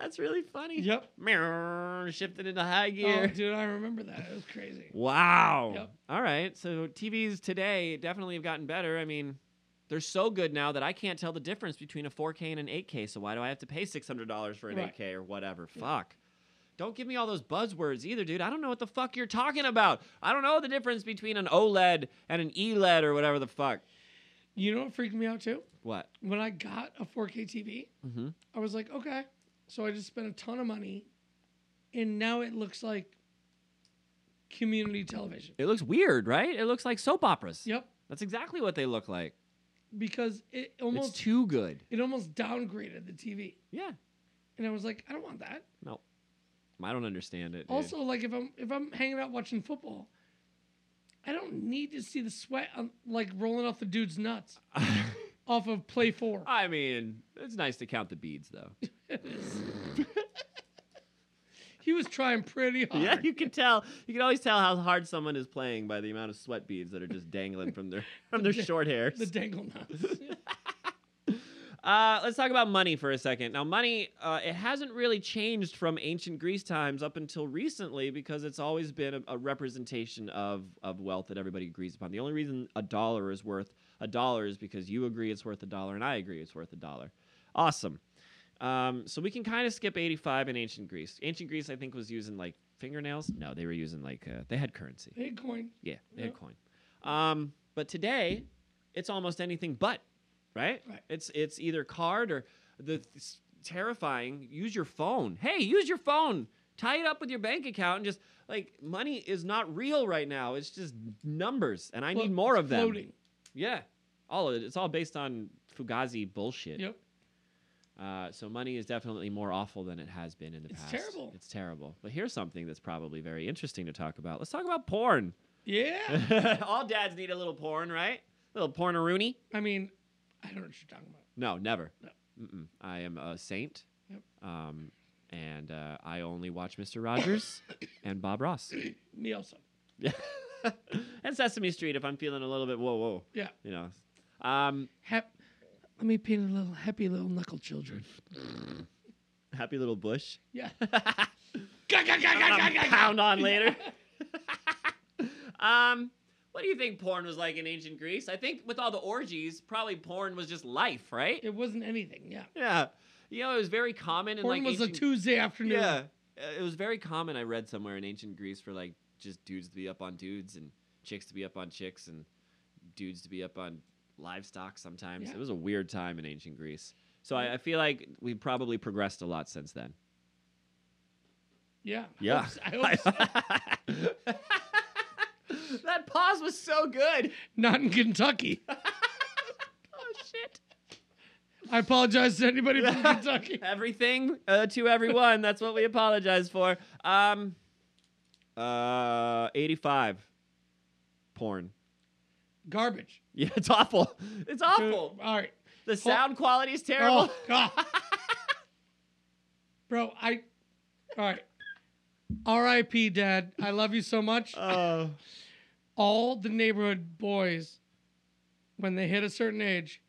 B: That's really funny.
C: Yep.
B: Meow, Shifted into high
C: Oh,
B: gear.
C: dude, I remember that. It was crazy.
B: Wow.
C: Yep.
B: All right. So TVs today definitely have gotten better. I mean, they're so good now that I can't tell the difference between a 4K and an 8K. So why do I have to pay $600 for an
C: Right.
B: 8K or whatever? Fuck. Don't give me all those buzzwords either, dude. I don't know what the fuck you're talking about. I don't know the difference between an OLED and an E ELED or whatever the fuck.
C: You know what freaked me out too?
B: What?
C: When I got a 4K TV,
B: Mm-hmm.
C: I was like, okay. So I just spent a ton of money, and now it looks like community television.
B: It looks weird, right? It looks like soap operas.
C: Yep,
B: That's exactly what they look like.
C: because it almost
B: it's too good.
C: it almost downgraded the TV,
B: Yeah.
C: and I was like, I don't want that.
B: No. I don't understand it. dude.
C: Also, like if I'm if I'm hanging out watching football, I don't need to see the sweat um, like rolling off the dude's nuts
B: [laughs]
C: off of play four.
B: I mean, it's nice to count the beads, [laughs] though.
C: he was trying pretty
B: [laughs]
C: hard.
B: yeah, you can tell. You can always tell how hard someone is playing by the amount of sweat beads that are just dangling from their from [laughs] their short hairs.
C: the dangle
B: [laughs]
C: nuts.
B: Uh, let's talk about money for a second. Now, money uh, it hasn't really changed from ancient Greece times up until recently because it's always been a, a representation of of wealth that everybody agrees upon. The only reason a dollar is worth a dollar is because you agree it's worth a dollar and I agree it's worth a dollar. Awesome. Um, so we can kind of skip 85 in ancient Greece. Ancient Greece, I think, was using like fingernails. No, they were using like uh, they had currency.
C: Bitcoin.
B: Yeah, they had
C: Yeah.
B: coin. Um, but today, it's almost anything but, right?
C: Right.
B: It's it's either card or the th- s- terrifying. Use your phone. Hey, use your phone. Tie it up with your bank account and just like money is not real right now. It's just numbers, and I
C: Well,
B: need more
C: it's
B: of them.
C: Floating.
B: Yeah, all of it. It's all based on fugazi bullshit.
C: Yep.
B: Uh, so money is definitely more awful than it has been in the
C: It's
B: past.
C: terrible.
B: It's terrible. But here's something that's probably very interesting to talk about. Let's talk about porn.
C: Yeah.
B: [laughs] All dads need a little porn, right? A little porneroony?
C: I mean, I don't know what you're talking about.
B: No, never.
C: No.
B: Mm-mm. I am a saint.
C: Yep.
B: Um,
C: [coughs]
B: and uh, I only watch Mr. Rogers and Bob Ross.
C: Me also.
B: Yeah. and Sesame Street if I'm feeling a little bit whoa whoa.
C: Yeah.
B: You know. Um,
C: Hap- Let me paint a little happy little knuckle children.
B: happy little bush. [laughs]
C: Yeah.
B: Um, pound on
C: [laughs]
B: later. [laughs] um, what do you think porn was like in ancient Greece? I think with all the orgies, probably porn was just life, right?
C: It wasn't anything. Yeah.
B: yeah. You know, it was very common in
C: Porn
B: like
C: was a
B: ancient-
C: Tuesday afternoon.
B: Yeah. Uh, It was very common I read somewhere in ancient Greece for like just dudes to be up on dudes and chicks to be up on chicks and dudes to be up on livestock sometimes.
C: Yeah.
B: It was a weird time in ancient Greece. So I,
C: Yeah.
B: I feel like we've probably progressed a lot since then.
C: Yeah. I
B: Yeah.
C: hope so- I
B: [laughs]
C: hope so.
B: that pause was so good.
C: Not in Kentucky.
B: [laughs] Oh shit.
C: I apologize to anybody from Kentucky.
B: Everything uh, to everyone. That's what we apologize for. Um, uh, 85. Porn. [laughs]
C: Garbage.
B: Yeah, it's awful. It's awful.
C: All right.
B: The sound quality is terrible.
C: Oh, God. Bro, I. All right. R.I.P. Dad. I love you so much.
B: [laughs] Oh.
C: All the neighborhood boys, when they hit a certain age,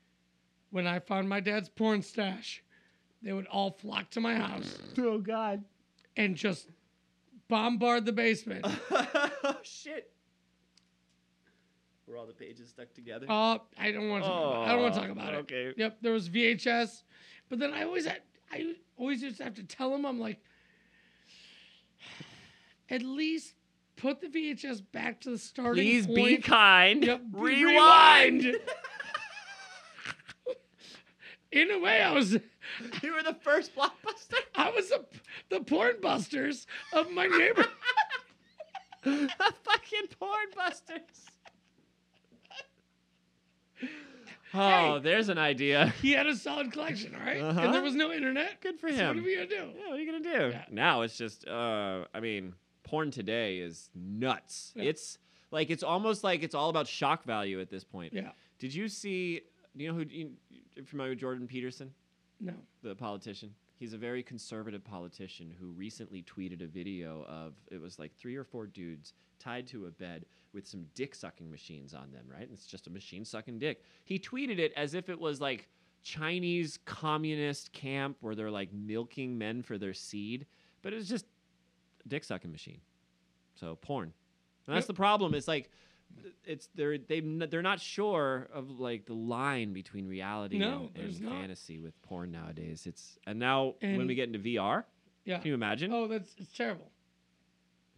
C: when I found my dad's porn stash, they would all flock to my house
B: oh God.
C: and just bombard the basement.
B: oh shit. Were all the pages stuck together?
C: Uh, I don't want to. Talk about, I don't want to talk about it.
B: Oh, Okay.
C: Yep, there was VHS, but then I always had, I always used to have to tell him I'm like, [sighs] at least put the VHS back to the starting
B: Please
C: point.
B: be kind.
C: Yep,
B: [laughs]
C: be-
B: Rewind.
C: [laughs] In a way, I was
B: you were the first [laughs] blockbuster.
C: I was the the porn busters of my
B: [laughs]
C: neighbor.
B: the fucking porn busters. [laughs] Oh,
C: Hey.
B: there's an idea.
C: he had a solid collection, all right?
B: Uh-huh.
C: and there was no internet.
B: Good for
C: So what
B: him.
C: are we gonna do?
B: Yeah, what are you gonna do?
C: Yeah.
B: Now it's just uh I mean, porn today is nuts.
C: Yeah.
B: It's like it's almost like it's all about shock value at this point.
C: Yeah,
B: Did you see do you know who you, you're familiar with Jordan Peterson,
C: no.
B: the politician? He's a very conservative politician who recently tweeted a video of it was like three or four dudes tied to a bed with some dick sucking machines on them, right? And it's just a machine sucking dick. He tweeted it as if it was like Chinese communist camp where they're like milking men for their seed, but it was just a dick sucking machine. So porn. And that's the
C: Yep.
B: problem. It's like it's they're they they're not sure of like the line between reality
C: No,
B: and,
C: there's
B: and
C: not.
B: fantasy with porn nowadays. It's and now when
C: And-
B: we get into VR,
C: Yeah.
B: can you imagine?
C: Oh, that's it's terrible.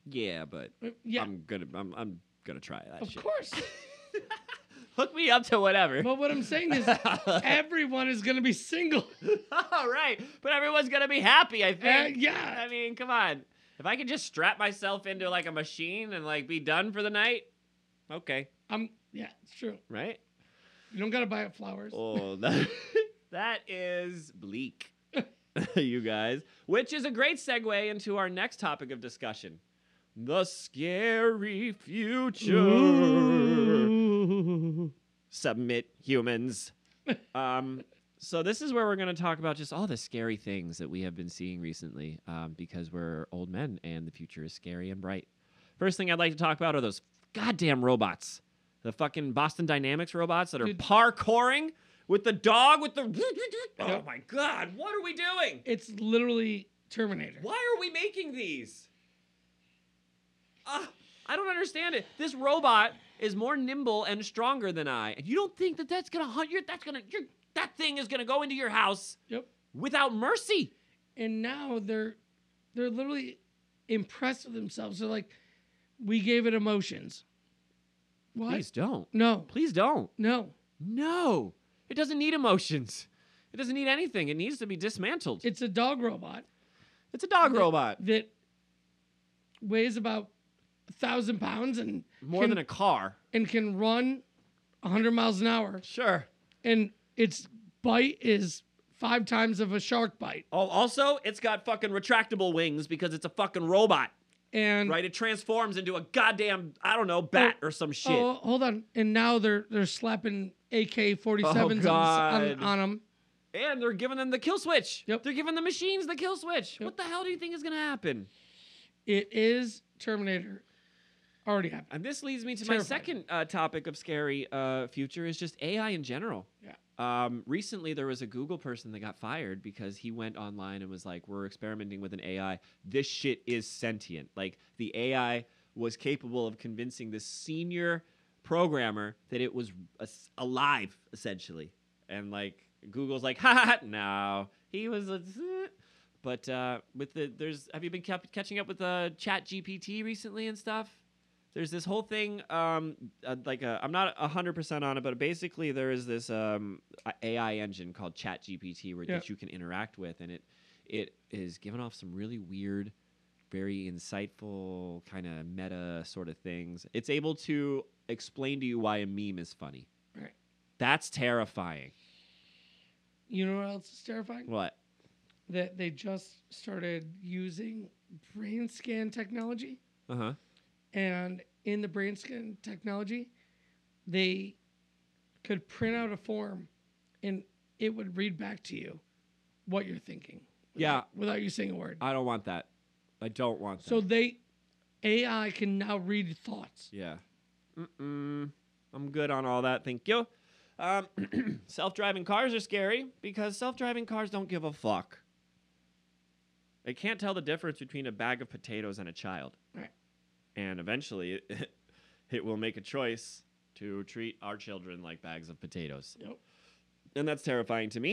B: Yeah, but
C: Uh, Yeah,
B: I'm gonna I'm I'm gonna try that
C: of
B: shit. [laughs]
C: course.
B: Hook me up to whatever.
C: but what I'm saying is, everyone is gonna be single.
B: [laughs] All right, but everyone's gonna be happy. I
C: Uh,
B: think.
C: yeah.
B: I mean, come on. If I could just strap myself into like a machine and like be done for the night, okay,
C: I'm. Yeah, it's true.
B: right?
C: You don't gotta buy it flowers.
B: Oh, that, [laughs] that is bleak, [laughs] you guys. Which is a great segue into our next topic of discussion the scary future. Submit [laughs] humans. um, so, this is where we're going to talk about just all the scary things that we have been seeing recently um, because we're old men and the future is scary and bright. First thing I'd like to talk about are those goddamn robots. The fucking Boston Dynamics robots that are
C: Dude.
B: parkouring with the dog
C: [laughs]
B: with the. Oh
C: Yep.
B: my god, what are we doing?
C: It's literally Terminator.
B: Why are we making these? Ah, I don't understand it. This robot is more nimble and stronger than I. And you don't think that that's gonna hunt you? That's gonna you're, that thing is gonna go into your house
C: Yep.
B: without mercy.
C: And now they're they're literally impressed with themselves. They're like, we gave it emotions. What?
B: Please don't.
C: No.
B: Please don't.
C: No.
B: No, it doesn't need emotions. It doesn't need anything. It needs to be dismantled.
C: It's a dog robot
B: It's a dog
C: Th-
B: robot.
C: that weighs about a thousand pounds and
B: More
C: can,
B: than a car.
C: and can run hundred miles an hour.
B: Sure.
C: And its bite is five times of a shark bite.
B: Oh, also, it's got fucking retractable wings because it's a fucking robot,
C: And
B: right? It transforms into a goddamn, I don't know, bat or some shit.
C: Oh, hold on. And now they're they're slapping AK 47s
B: Oh,
C: on,
B: God.
C: s- on, on them.
B: And they're giving them the kill switch.
C: Yep.
B: They're giving the machines the kill switch.
C: Yep.
B: What the hell do you think is going to happen?
C: It is Terminator. Already happened.
B: And this leads me to my
C: Terrifying.
B: second uh, topic of scary uh, future is just AI in general.
C: Yeah.
B: Um, recently, there was a Google person that got fired because he went online and was like, "We're experimenting with an AI. This shit is sentient. Like the AI was capable of convincing the senior programmer that it was as- alive, essentially." And like Google's like, "Ha ha, ha no, he was a." But uh, with the there's have you been kept catching up with uh, Chat GPT recently and stuff? there's this whole thing um uh, like uh, i'm not 100% on it but basically there is this um a- ai engine called ChatGPT where
C: Yeah.
B: that you can interact with and it it is giving off some really weird very insightful kind of meta sort of things it's able to explain to you why a meme is funny
C: Right.
B: that's terrifying
C: You know what else is terrifying?
B: what
C: that they just started using brain scan technology.
B: uh-huh
C: And in the brain scan technology, they could print out a form and it would read back to you what you're thinking. without- Without you saying a word.
B: i don't want that i don't want that
C: So they, AI can now read thoughts.
B: Yeah. Mm-mm. I'm good on all that. Thank you. Um, [clears throat] self-driving cars are scary because self-driving cars don't give a fuck. They can't tell the difference between a bag of potatoes and a child.
C: Right.
B: And eventually, [laughs] it, it will make a choice to treat our children like bags of potatoes,
C: Yep.
B: and that's terrifying to me.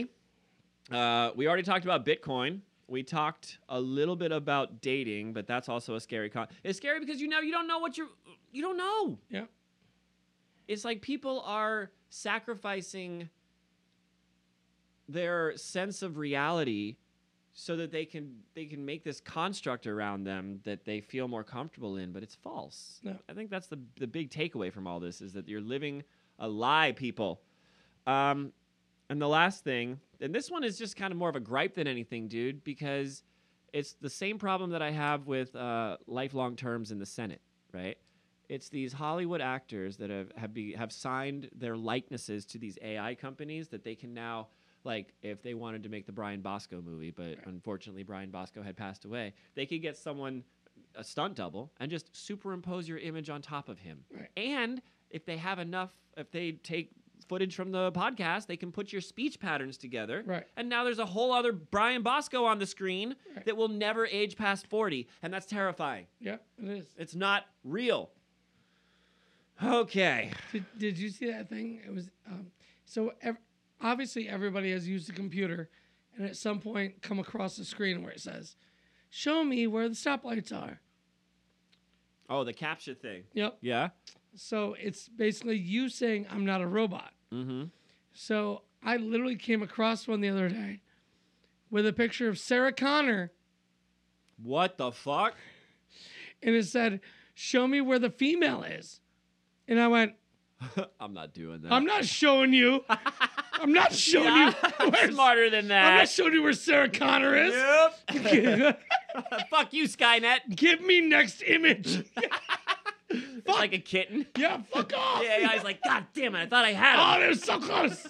B: Uh, we already talked about Bitcoin. We talked a little bit about dating, but that's also a scary con. It's scary because you know you don't know what you're you don't know
C: Yep.
B: it's like people are sacrificing their sense of reality so that they can they can make this construct around them that they feel more comfortable in but it's false
C: Yeah.
B: i think that's the the big takeaway from all this is that you're living a lie people um and the last thing and this one is just kind of more of a gripe than anything dude because it's the same problem that i have with uh lifelong terms in the senate right it's these Hollywood actors that have have, be, have signed their likenesses to these AI companies that they can now like if they wanted to make the Brian Bosco movie, but unfortunately Brian Bosco had passed away, they could get someone a stunt double and just superimpose your image on top of him.
C: Right.
B: And if they have enough, if they take footage from the podcast, they can put your speech patterns together.
C: Right.
B: And now there's a whole other Brian Bosco on the screen
C: Right.
B: that will never age past 40, and that's terrifying.
C: Yep. It is.
B: It's not real. Okay.
C: Did, did you see that thing? It was um, so ev- obviously everybody has used a computer, and at some point come across a screen where it says, "Show me where the stoplights are."
B: Oh, the captcha thing.
C: Yep.
B: Yeah.
C: So it's basically you saying, "I'm not a robot."
B: Mm-hmm.
C: So I literally came across one the other day with a picture of Sarah Connor,
B: What the fuck? [laughs]
C: and it said, "Show me where the female is," and I went,
B: I'm not doing that.
C: "I'm not showing you. I'm
B: [laughs]
C: not showing
B: Yeah,
C: you."
B: I'm
C: where-
B: smarter than
C: I'm not
B: that.
C: showing you where Sarah Connor is.
B: Yep. [laughs] fuck you, Skynet.
C: [laughs] Give me next image. [laughs]
B: It's Like a kitten. [laughs]
C: yeah, fuck off.
B: Yeah, yeah. He's like, God damn it! I thought I had
C: Oh,
B: him.
C: they're so close. [laughs]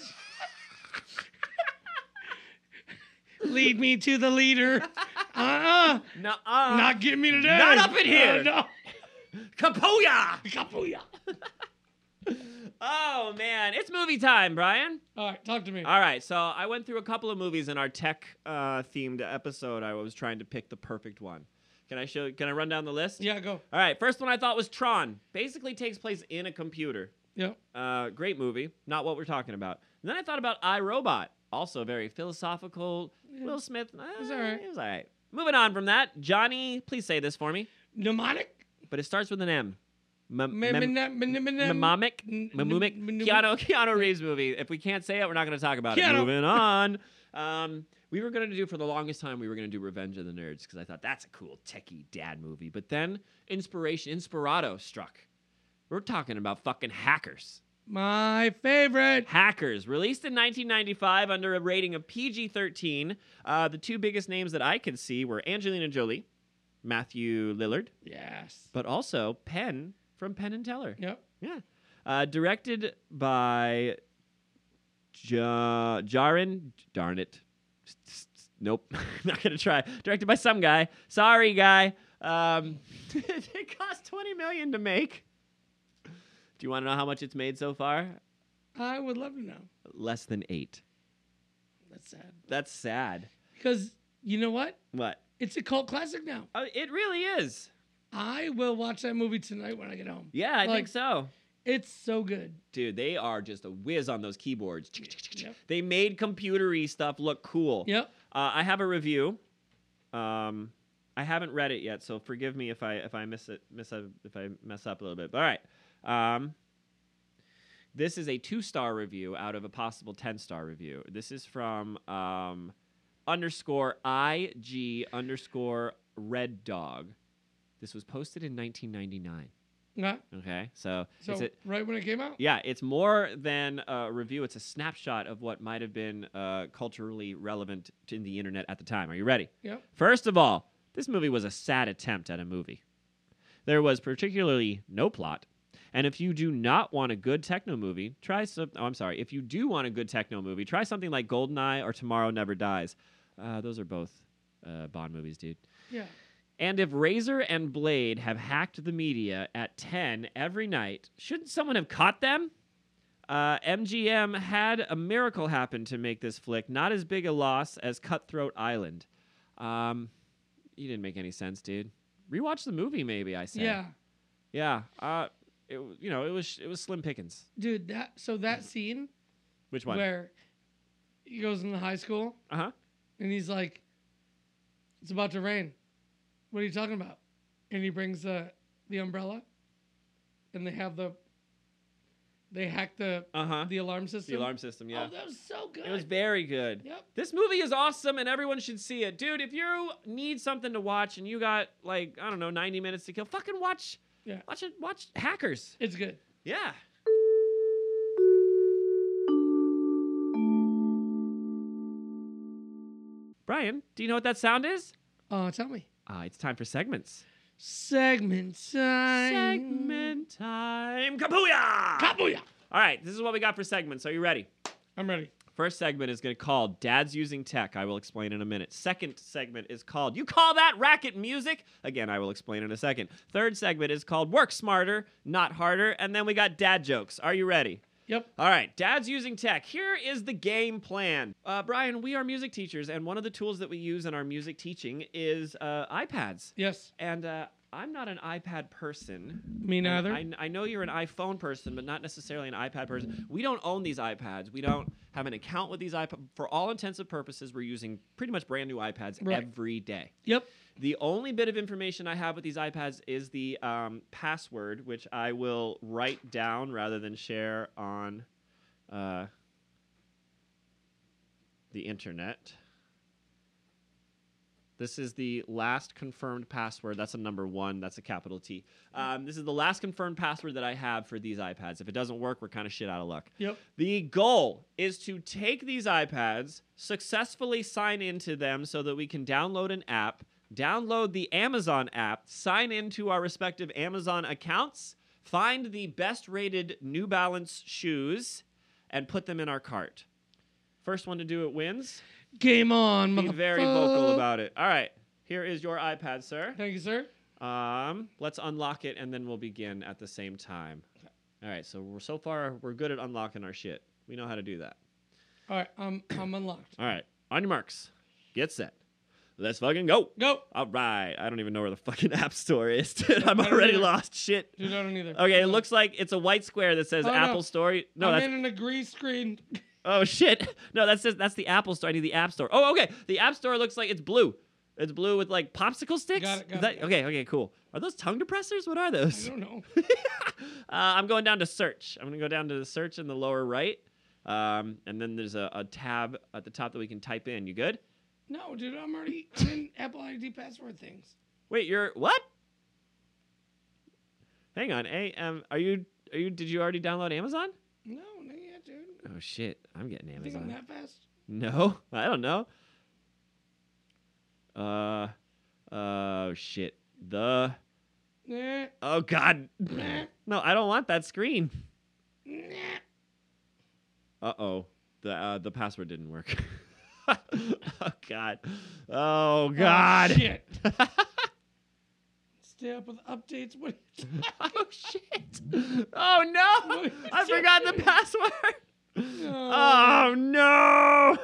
C: Lead me to the leader. Uh-uh.
B: Nuh-uh.
C: Not getting me today.
B: Uh, Not up in here.
C: Uh, no. [laughs]
B: Kapoya.
C: Kapuya.
B: Oh man, it's movie time, Brian.
C: All right, talk to me.
B: All right, so I went through a couple of movies in our tech uh, themed episode. I was trying to pick the perfect one. Can I show? Can I run down the list?
C: Yeah, go.
B: All right, first one I thought was Tron. Basically takes place in a computer.
C: Yeah.
B: Uh, great movie, not what we're talking about. And then I thought about iRobot, also very philosophical. Will Smith, uh,
C: was all right.
B: It was all right. Moving on from that, Johnny, please say this for me,
C: Mnemonic?
B: but it starts with an M. Mem-
C: Me-
B: mem-
C: mne- mne- mne- mne-
B: Mnemonic,
C: N-
B: mnemonic,
C: n- mnem-
B: Keanu, Keanu Reeves movie. If we can't say it, we're not going to talk about it.
C: Keanu. [laughs]
B: Moving on. Um, we were going to do for the longest time. We were going to do Revenge of the Nerds because I thought that's a cool techie dad movie. But then inspiration, Inspirado struck. We're talking about fucking hackers.
C: My favorite.
B: Hackers, released in 1995 under a rating of PG 13. Uh, the two biggest names that I could see were Angelina Jolie, Matthew Lillard,
C: Yes.
B: but also Penn from Penn and Teller.
C: Yep.
B: Yeah. Uh, directed by ja- Jaron, darn it, S- s- s- Nope, [laughs] not gonna try. Directed by some guy. Sorry, guy. Um, [laughs] it cost twenty million to make. Do you want to know how much it's made so far?
C: I would love to know.
B: Less than eight.
C: That's sad.
B: That's sad.
C: Because you know what?
B: What?
C: It's a cult classic now.
B: Oh, it really is.
C: I will watch that movie tonight when I get home.
B: Yeah, I
C: Like-
B: think so.
C: It's so good.
B: Dude, they are just a whiz on those keyboards.
C: Yep.
B: They made computery stuff look cool.
C: Yep.
B: Uh, I have a review. Um, I haven't read it yet, so forgive me if I if I miss it miss up if I mess up a little bit. But all right. Um, this is a two star review out of a possible ten star review. This is from um, underscore ig underscore red dog. This was posted in 1999.
C: Yeah.
B: Okay, so,
C: So
B: it's a,
C: right when it came out.
B: yeah, it's more than a review. It's a snapshot of what might have been uh, culturally relevant to the internet at the time. Are you ready?
C: Yep.
B: First of all, this movie was a sad attempt at a movie. There was particularly no plot. And if you do not want a good techno movie, try some. Oh, I'm sorry. If you do want a good techno movie, try something like Goldeneye or Tomorrow Never Dies. Uh, those are both uh, Bond movies, dude.
C: Yeah.
B: And if Razor and Blade have hacked the media at 10 every night, shouldn't someone have caught them? Uh, MGM had a miracle happen to make this flick not as big a loss as Cutthroat Island. Um, you didn't make any sense, dude. Rewatch the movie, maybe I said.
C: Yeah.
B: yeah. Uh, it, w- you know, it was it was slim pickings.
C: Dude, that so that scene
B: Which one?
C: where he goes in the high school
B: Uh huh.
C: and he's like, "It's about to rain." What are you talking about? And he brings the the umbrella, and they have the they hack the
B: Uh huh.
C: the alarm system.
B: The alarm system. Yeah.
C: Oh, that was so good.
B: It was very good.
C: Yep.
B: This movie is awesome and everyone should see it. Dude, if you need something to watch and you got like, I don't know, 90 minutes to kill, fucking watch
C: Yeah.
B: watch it watch Hackers.
C: It's good.
B: Yeah. Brian, do you know what that sound is?
C: Uh, tell me.
B: Uh, it's time for segments.
C: Segment time.
B: Segment time. Kabuya!
C: Kabuya.
B: All right, this is what we got for segments. Are you ready?
C: I'm ready.
B: First segment is going to call Dad's Using Tech. I will explain in a minute. Second segment is called You Call That Racket Music? Again, I will explain in a second. Third segment is called Work Smarter, Not Harder. And then we got Dad Jokes. Are you ready?
C: Yep.
B: All right, Dad's Using Tech. Here is the game plan. Uh, Brian, we are music teachers, and one of the tools that we use in our music teaching is uh, iPads.
C: Yes.
B: And uh, I'm not an iPad person.
C: Me
B: And
C: neither.
B: I, I know you're an iPhone person, but not necessarily an iPad person. We don't own these iPads. We don't have an account with these iPads. For all intents and purposes, we're using pretty much brand new iPads
C: Right.
B: every day.
C: Yep.
B: The only bit of information I have with these iPads is the um, password, which I will write down rather than share on uh, the internet. This is the last confirmed password. That's a number one. That's a capital T. Um, this is the last confirmed password that I have for these iPads. If it doesn't work, we're kind of shit out of luck.
C: Yep.
B: The goal is to take these iPads, successfully sign into them so that we can download an app, download the Amazon app, sign into our respective Amazon accounts, find the best rated New Balance shoes, and put them in our cart. First one to do it wins.
C: Game on.
B: Be very vocal
C: motherfuck-
B: about it. All right. Here is your iPad, sir.
C: Thank you, sir.
B: Um, let's unlock it and then we'll begin at the same time. All right, so we're so far we're good at unlocking our shit. We know how to do that.
C: All right. I'm I'm unlocked.
B: All right, on your marks, get set. Let's fucking go.
C: Go.
B: All right, I don't even know where the fucking [laughs] app store is. Dude. I'm
C: I don't
B: already
C: either.
B: lost. Shit.
C: Dude, I don't either.
B: Okay, it looks like it's a white square that says
C: Oh, no.
B: Apple Store. No,
C: I'm
B: that's
C: in an agree screen.
B: oh shit. [laughs] No, that's just, that's the Apple Store. I need the App Store. Oh, okay. The App Store looks like it's blue. It's blue with like popsicle sticks.
C: Got it, got
B: Is
C: it,
B: that-
C: got it.
B: Okay, okay, cool. Are those tongue depressors? What are
C: I
B: those? [laughs]
C: don't know.
B: uh, I'm going down to search. I'm going to go down to the search in the lower right. Um, and then there's a, a tab at the top that we can type in. You good?
C: No, dude, I'm already I'm in Apple ID password things.
B: Wait, you're what? Hang on. AM are you are you did you already download Amazon?
C: No, not yet, dude.
B: Oh shit. I'm getting
C: You think I'm
B: Amazon.
C: that fast?
B: No. [laughs] I don't know. Uh oh shit. The
C: Nah,
B: Oh god.
C: nah,
B: No, I don't want that screen.
C: nah.
B: Uh-oh. The uh, the password didn't work. [laughs] oh God. Oh God.
C: Oh, shit. Stay up with updates. What?
B: [laughs] [laughs] Oh shit. Oh
C: [laughs]
B: no! I forgot the password.
C: No.
B: Oh no!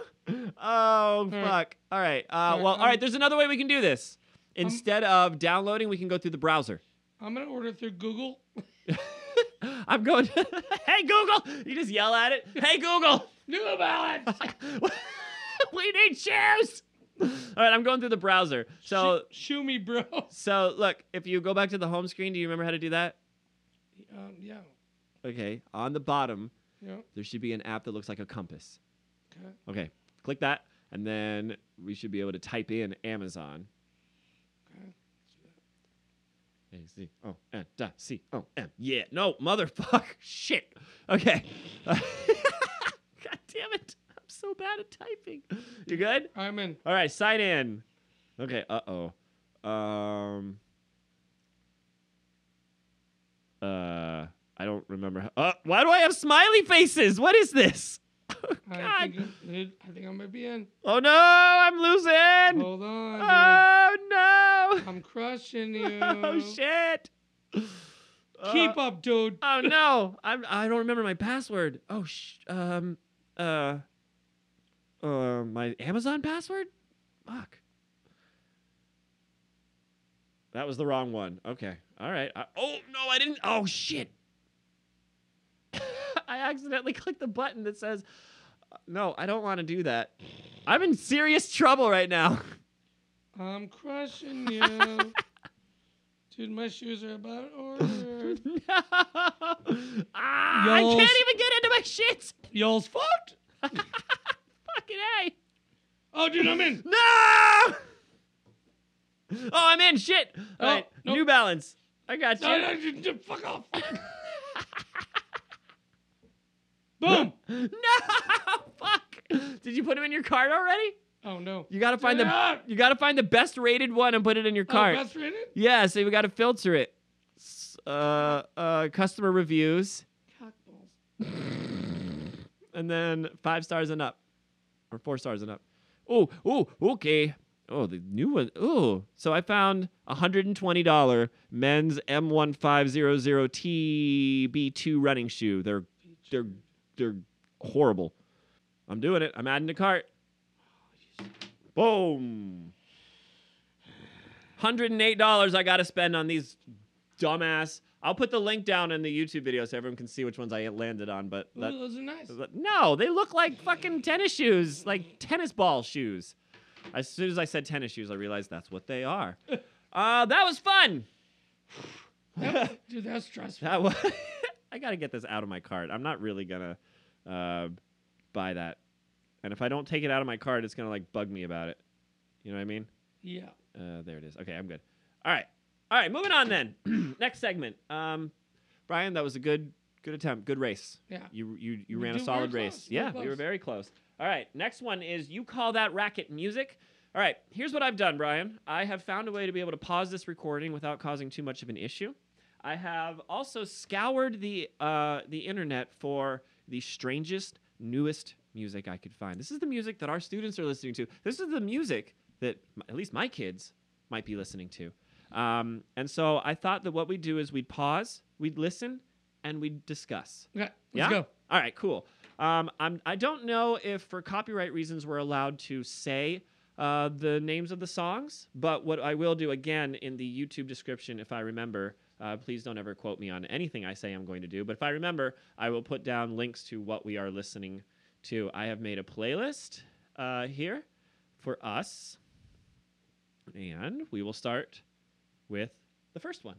B: Oh
C: right.
B: fuck! All right. Uh,
C: right,
B: well, all right.
C: I'm-
B: There's another way we can do this. Instead of downloading, we can go through the browser. [gasps]
C: I'm gonna order through Google. [laughs]
B: I'm going. [laughs] hey Google! You just yell at it. Hey Google! [laughs]
C: New Balance.
B: we need shoes. All right. I'm going through the browser. So,
C: Sh- shoo me, bro. [laughs]
B: so look. If you go back to the home screen, do you remember how to do that?
C: Um, yeah.
B: Okay. On the bottom,
C: Yeah.
B: there should be an app that looks like a compass.
C: Okay.
B: Okay, click that, and then we should be able to type in Amazon.
C: Okay.
B: A Z O N dot C O M. Yeah, no, motherfucker, [laughs] shit. Okay. [laughs] God damn it. I'm so bad at typing. You good?
C: I'm in.
B: All right, sign in. Okay, uh oh. Um. Uh, I don't remember. How, uh, why do I have smiley faces? What is this? Oh,
C: I
B: God.
C: think, I'm- I think I might be in.
B: Oh no, I'm losing.
C: Hold on. dude.
B: Oh
C: I'm crushing you.
B: no! [laughs] Oh shit!
C: Keep up, dude.
B: Oh no! I'm I don't remember my password. Oh sh. Um. Uh. Uh. My Amazon password. Fuck. That was the wrong one. Okay. All right. I, oh no! I didn't. Oh shit! [laughs] I accidentally clicked the button that says, uh, "No, I don't want to do that." I'm in serious trouble right now. [laughs]
C: I'm crushing you. Dude, my shoes are about
B: [laughs]
C: ordered.
B: no. Ah, I
C: Y'all's-
B: can't even get into my shit. [laughs]
C: Y'all's fucked.
B: Fucking A.
C: Oh, dude,
B: [laughs]
C: I'm in.
B: No! Oh, I'm in. Shit.
C: Oh,
B: All right.
C: nope.
B: New Balance. I got you.
C: No, no, dude, dude, fuck off. Boom.
B: no! [laughs] Fuck. Did you put them in your cart already?
C: Oh no.
B: You gotta find the
C: Yeah.
B: you gotta find the best rated one and put it in your
C: Oh,
B: cart.
C: that's rated?
B: yeah. So we gotta filter it. S- Uh, uh, customer reviews
C: Cockballs.
B: and then five stars and up, or four stars and up. Oh, oh, okay. Oh, the new one. Oh, so I found a hundred and twenty dollar men's M one five zero zero TB two running shoe. They're they're they're horrible. I'm doing it. I'm adding to cart. Boom. Hundred and eight dollars I got to spend on these dumbass. I'll put the link down in the YouTube video so everyone can see which ones I landed on. But
C: Ooh,
B: that,
C: those are nice.
B: but No, they look like fucking tennis shoes, like tennis ball shoes. As soon as I said tennis shoes, I realized that's what they are. Uh, that was fun. [laughs]
C: That- dude, that's stressful.
B: That was. [laughs] I gotta get this out of my cart. I'm not really gonna uh, buy that, and if I don't take it out of my cart, it's gonna like bug me about it. You know what I mean?
C: yeah.
B: Uh, there it is. Okay, I'm good. All right, all right. Moving on then. [clears throat] Next segment. Um, Brian, that was a good good attempt. Good race.
C: Yeah.
B: You you you
C: We
B: ran a
C: did- we were
B: solid
C: close,
B: race.
C: we were
B: yeah, we were
C: close.
B: very close. All right, next one is you call that racket music. All right, here's what I've done, Brian. I have found a way to be able to pause this recording without causing too much of an issue. I have also scoured the uh, the internet for the strangest, newest music I could find. This is the music that our students are listening to. This is the music that m- at least my kids might be listening to. Um, and so I thought that what we'd do is we'd pause, we'd listen, and we'd discuss.
C: Okay,
B: Yeah?
C: let's go.
B: All right, cool. Um, I'm, I don't know if for copyright reasons we're allowed to say uh, the names of the songs, but what I will do again in the YouTube description, if I remember, uh, please don't ever quote me on anything I say I'm going to do, but if I remember, I will put down links to what we are listening to. I have made a playlist uh, here for us, and we will start with the first one.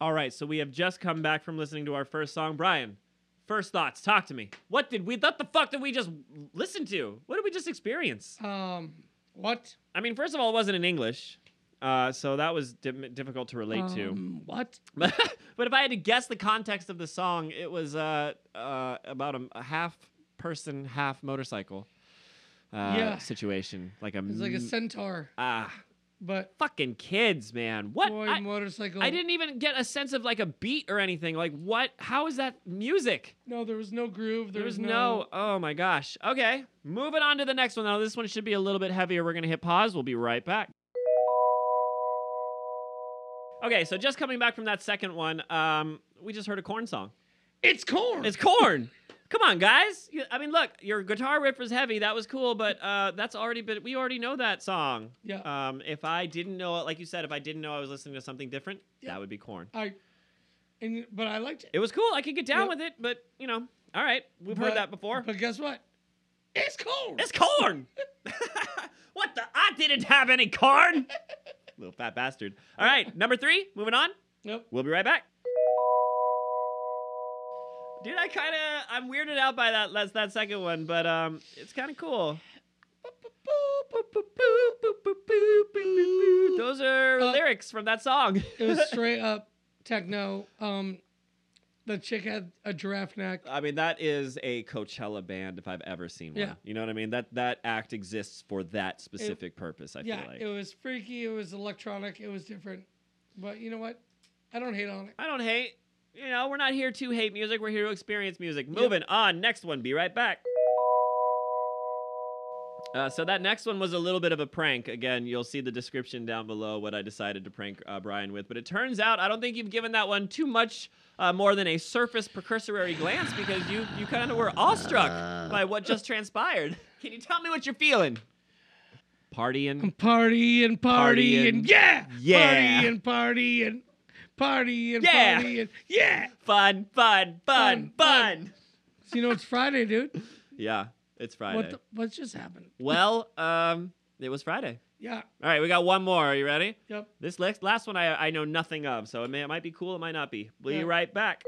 B: All right, so we have just come back from listening to our first song. Brian, first thoughts. Talk to me. What did we? What the fuck did we just listen to? What did we just experience?
C: Um, what?
B: I mean, first of all, it wasn't in English, uh, so that was di- difficult to relate to.
C: Um, What?
B: [laughs] but if I had to guess the context of the song, it was uh, uh, about a, a half person, half motorcycle uh,
C: Yeah.
B: situation, like a
C: It's like a
B: m-
C: centaur.
B: ah
C: But
B: Fucking kids, man. What?
C: boy,
B: I,
C: motorcycle.
B: I didn't even get a sense of like a beat or anything. Like what? How is that music?
C: No, there was no groove. There,
B: There was no. Oh my gosh. Okay, moving on to the next one. Now this one should be a little bit heavier. We're gonna hit pause. We'll be right back. Okay, so just coming back from that second one, um, we just heard a corn song.
C: It's corn.
B: It's corn. Come on, guys. You- I mean, look, your guitar riff was heavy. That was cool, but uh, that's already been. We already know that song.
C: yeah.
B: Um, if I didn't know, it, like you said, if I didn't know I was listening to something different, that would be corn.
C: I. And but I liked it.
B: It was cool. I could get down
C: Yep.
B: with it, but you know, all right, we've
C: But-
B: heard that before.
C: But guess what? It's corn.
B: It's corn. what the? I didn't have any corn. Little fat bastard. All right, number three. Moving on.
C: Nope.
B: We'll be right back. Dude, I kind of I'm weirded out by that that's that second one, but um, it's kind of cool. Those are
C: Uh,
B: lyrics from that song.
C: It was straight up techno. Um, the chick had a giraffe neck.
B: I mean, that is a Coachella band if I've ever seen one.
C: Yeah.
B: You know what I mean? That that act exists for that specific purpose. I
C: yeah,
B: feel like
C: it was freaky. It was electronic. It was different. But you know what? I don't hate on it.
B: I don't hate. You know, we're not here to hate music. We're here to experience music. Moving on. Next one. Be right back. Uh, so that next one was a little bit of a prank. Again, you'll see the description down below what I decided to prank uh, Brian with. But it turns out I don't think you've given that one too much uh, more than a surface precursory glance because you you kind of were awestruck by what [laughs] just transpired. Can you tell me what you're feeling? Partying.
C: Party and party,
B: Party and-
C: and yeah,
B: Yeah.
C: Party and party and party and
B: Yeah.
C: party and yeah.
B: Fun, fun, fun,
C: Fun,
B: fun.
C: So you know it's Friday, dude.
B: Yeah, it's Friday.
C: What the, what just happened?
B: Well, um, it was Friday.
C: Yeah.
B: All right, we got one more. Are you ready?
C: Yep.
B: This next, last one I, I know nothing of, so it, may, it might be cool, it might not be. We'll be
C: Yeah.
B: right back.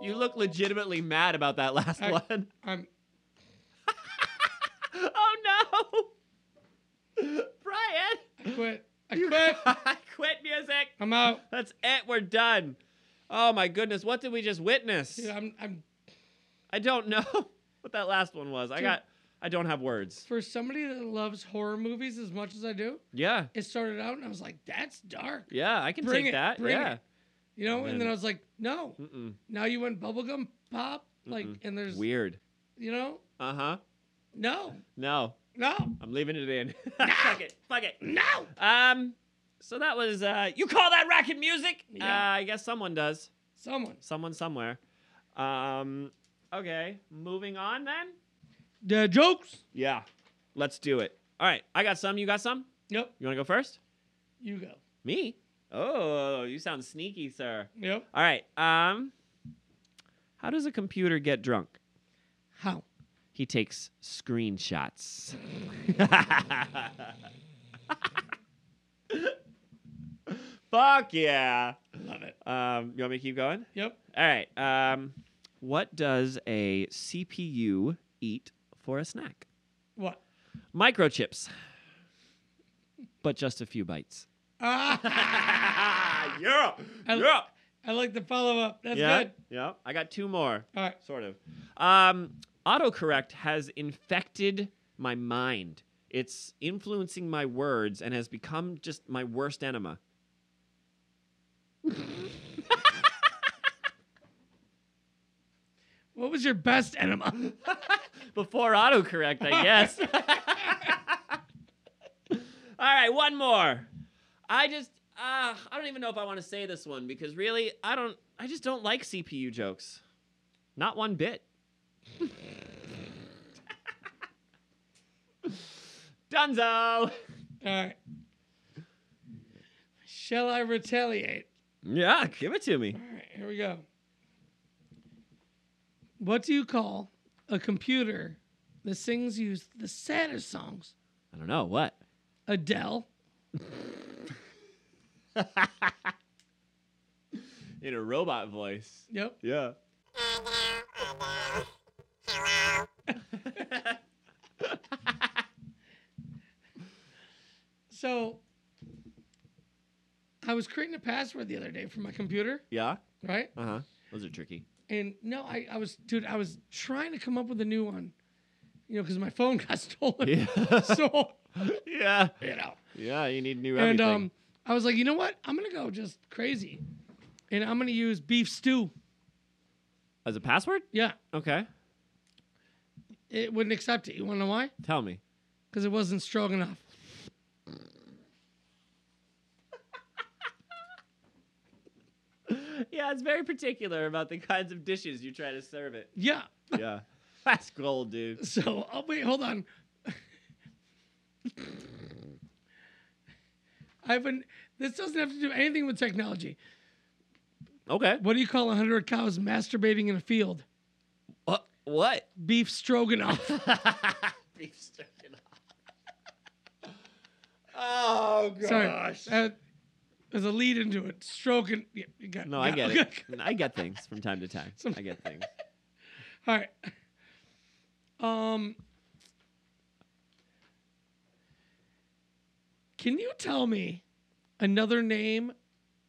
B: You look legitimately mad about that last
C: I-
B: one. [laughs]
C: I'm.
B: Oh no!
C: I
B: Brian!
C: quit. I quit.
B: [laughs] I quit music!
C: I'm out.
B: That's it, we're done. Oh my goodness, what did we just witness?
C: Dude, I'm. I'm.
B: I don't know [laughs] what that last one was. I
C: Dude.
B: got, I don't have words.
C: For somebody that loves horror movies as much as I do,
B: Yeah,
C: it started out and I was like, "That's dark,"
B: yeah, I can
C: Bring
B: take
C: it,
B: that.
C: bring
B: yeah.
C: it. you know.
B: Man.
C: And then I was like, "No."
B: Mm-mm.
C: Now you went bubblegum pop, like,
B: Mm-mm.
C: and there's,
B: Weird.
C: you know,
B: Uh huh.
C: no,
B: No,
C: no,
B: I'm leaving it in. [laughs] fuck it. Fuck it.
C: no.
B: Um, so that was uh, you call that racket music?
C: Yeah.
B: Uh, I guess someone does.
C: Someone.
B: Someone somewhere. Um, okay. Moving on then.
C: The jokes.
B: Yeah. Let's do it. All right. I got some. You got some.
C: Yep.
B: You want to go first?
C: You go.
B: Me. Oh, you sound sneaky, sir.
C: Yep.
B: All right. Um, how does a computer get drunk?
C: How?
B: He takes screenshots. [laughs] Fuck yeah.
C: Love it.
B: Um, you want me to keep going?
C: Yep.
B: All right. Um, what does a CPU eat for a snack?
C: What? [laughs]
B: Microchips, but just a few bites.
C: Ah,
B: [laughs] yeah.
C: I- I like the follow up. That's
B: yeah.
C: good.
B: Yeah. I got two more,
C: All right.
B: sort of. Um, autocorrect has infected my mind. It's influencing my words and has become just my worst enema. [laughs]
C: What was your best enema? [laughs]
B: Before autocorrect, I guess. [laughs] All right, one more. I just, uh, I don't even know if I want to say this one because really, I don't, I just don't like CPU jokes. Not one bit. [laughs] Dunzo!
C: All right. Shall I retaliate?
B: Yeah, give it to me.
C: All right, here we go. What do you call a computer that sings you the saddest songs?
B: I don't know what.
C: Adele.
B: In a robot voice.
C: Yep.
B: Yeah.
A: Adele, Adele, hello.
C: So I was creating a password the other day for my computer,
B: Yeah.
C: right?
B: Uh huh. Those are tricky.
C: And no, I, I was, dude, [laughs] I was trying to come up with a new one, you know, because my phone got stolen.
B: [laughs] Yeah.
C: so
B: yeah.
C: you know.
B: Yeah, you need new
C: And
B: everything.
C: um, I was like, you know what? I'm gonna go just crazy, and I'm gonna use beef stew.
B: As a password?
C: Yeah,
B: Okay.
C: it wouldn't accept it. You wanna know why?
B: Tell me.
C: Because it wasn't strong enough.
B: Yeah, it's very particular about the kinds of dishes you try to serve it. [laughs]
C: Yeah.
B: Yeah. That's gold, dude.
C: So oh, wait, hold on. [laughs] I haven't. This doesn't have to do anything with technology.
B: Okay.
C: What do you call a hundred cows masturbating in a field?
B: What? What? [laughs]
C: Beef stroganoff.
B: Beef stroganoff. [laughs] Oh gosh.
C: [laughs] Sorry, that- there's a lead into it. Stroking. Yeah, you got,
B: No, I
C: got-
B: get it. [laughs] I get things from time to time.
C: Some-
B: I get things.
C: [laughs] All right. Um, can you tell me another name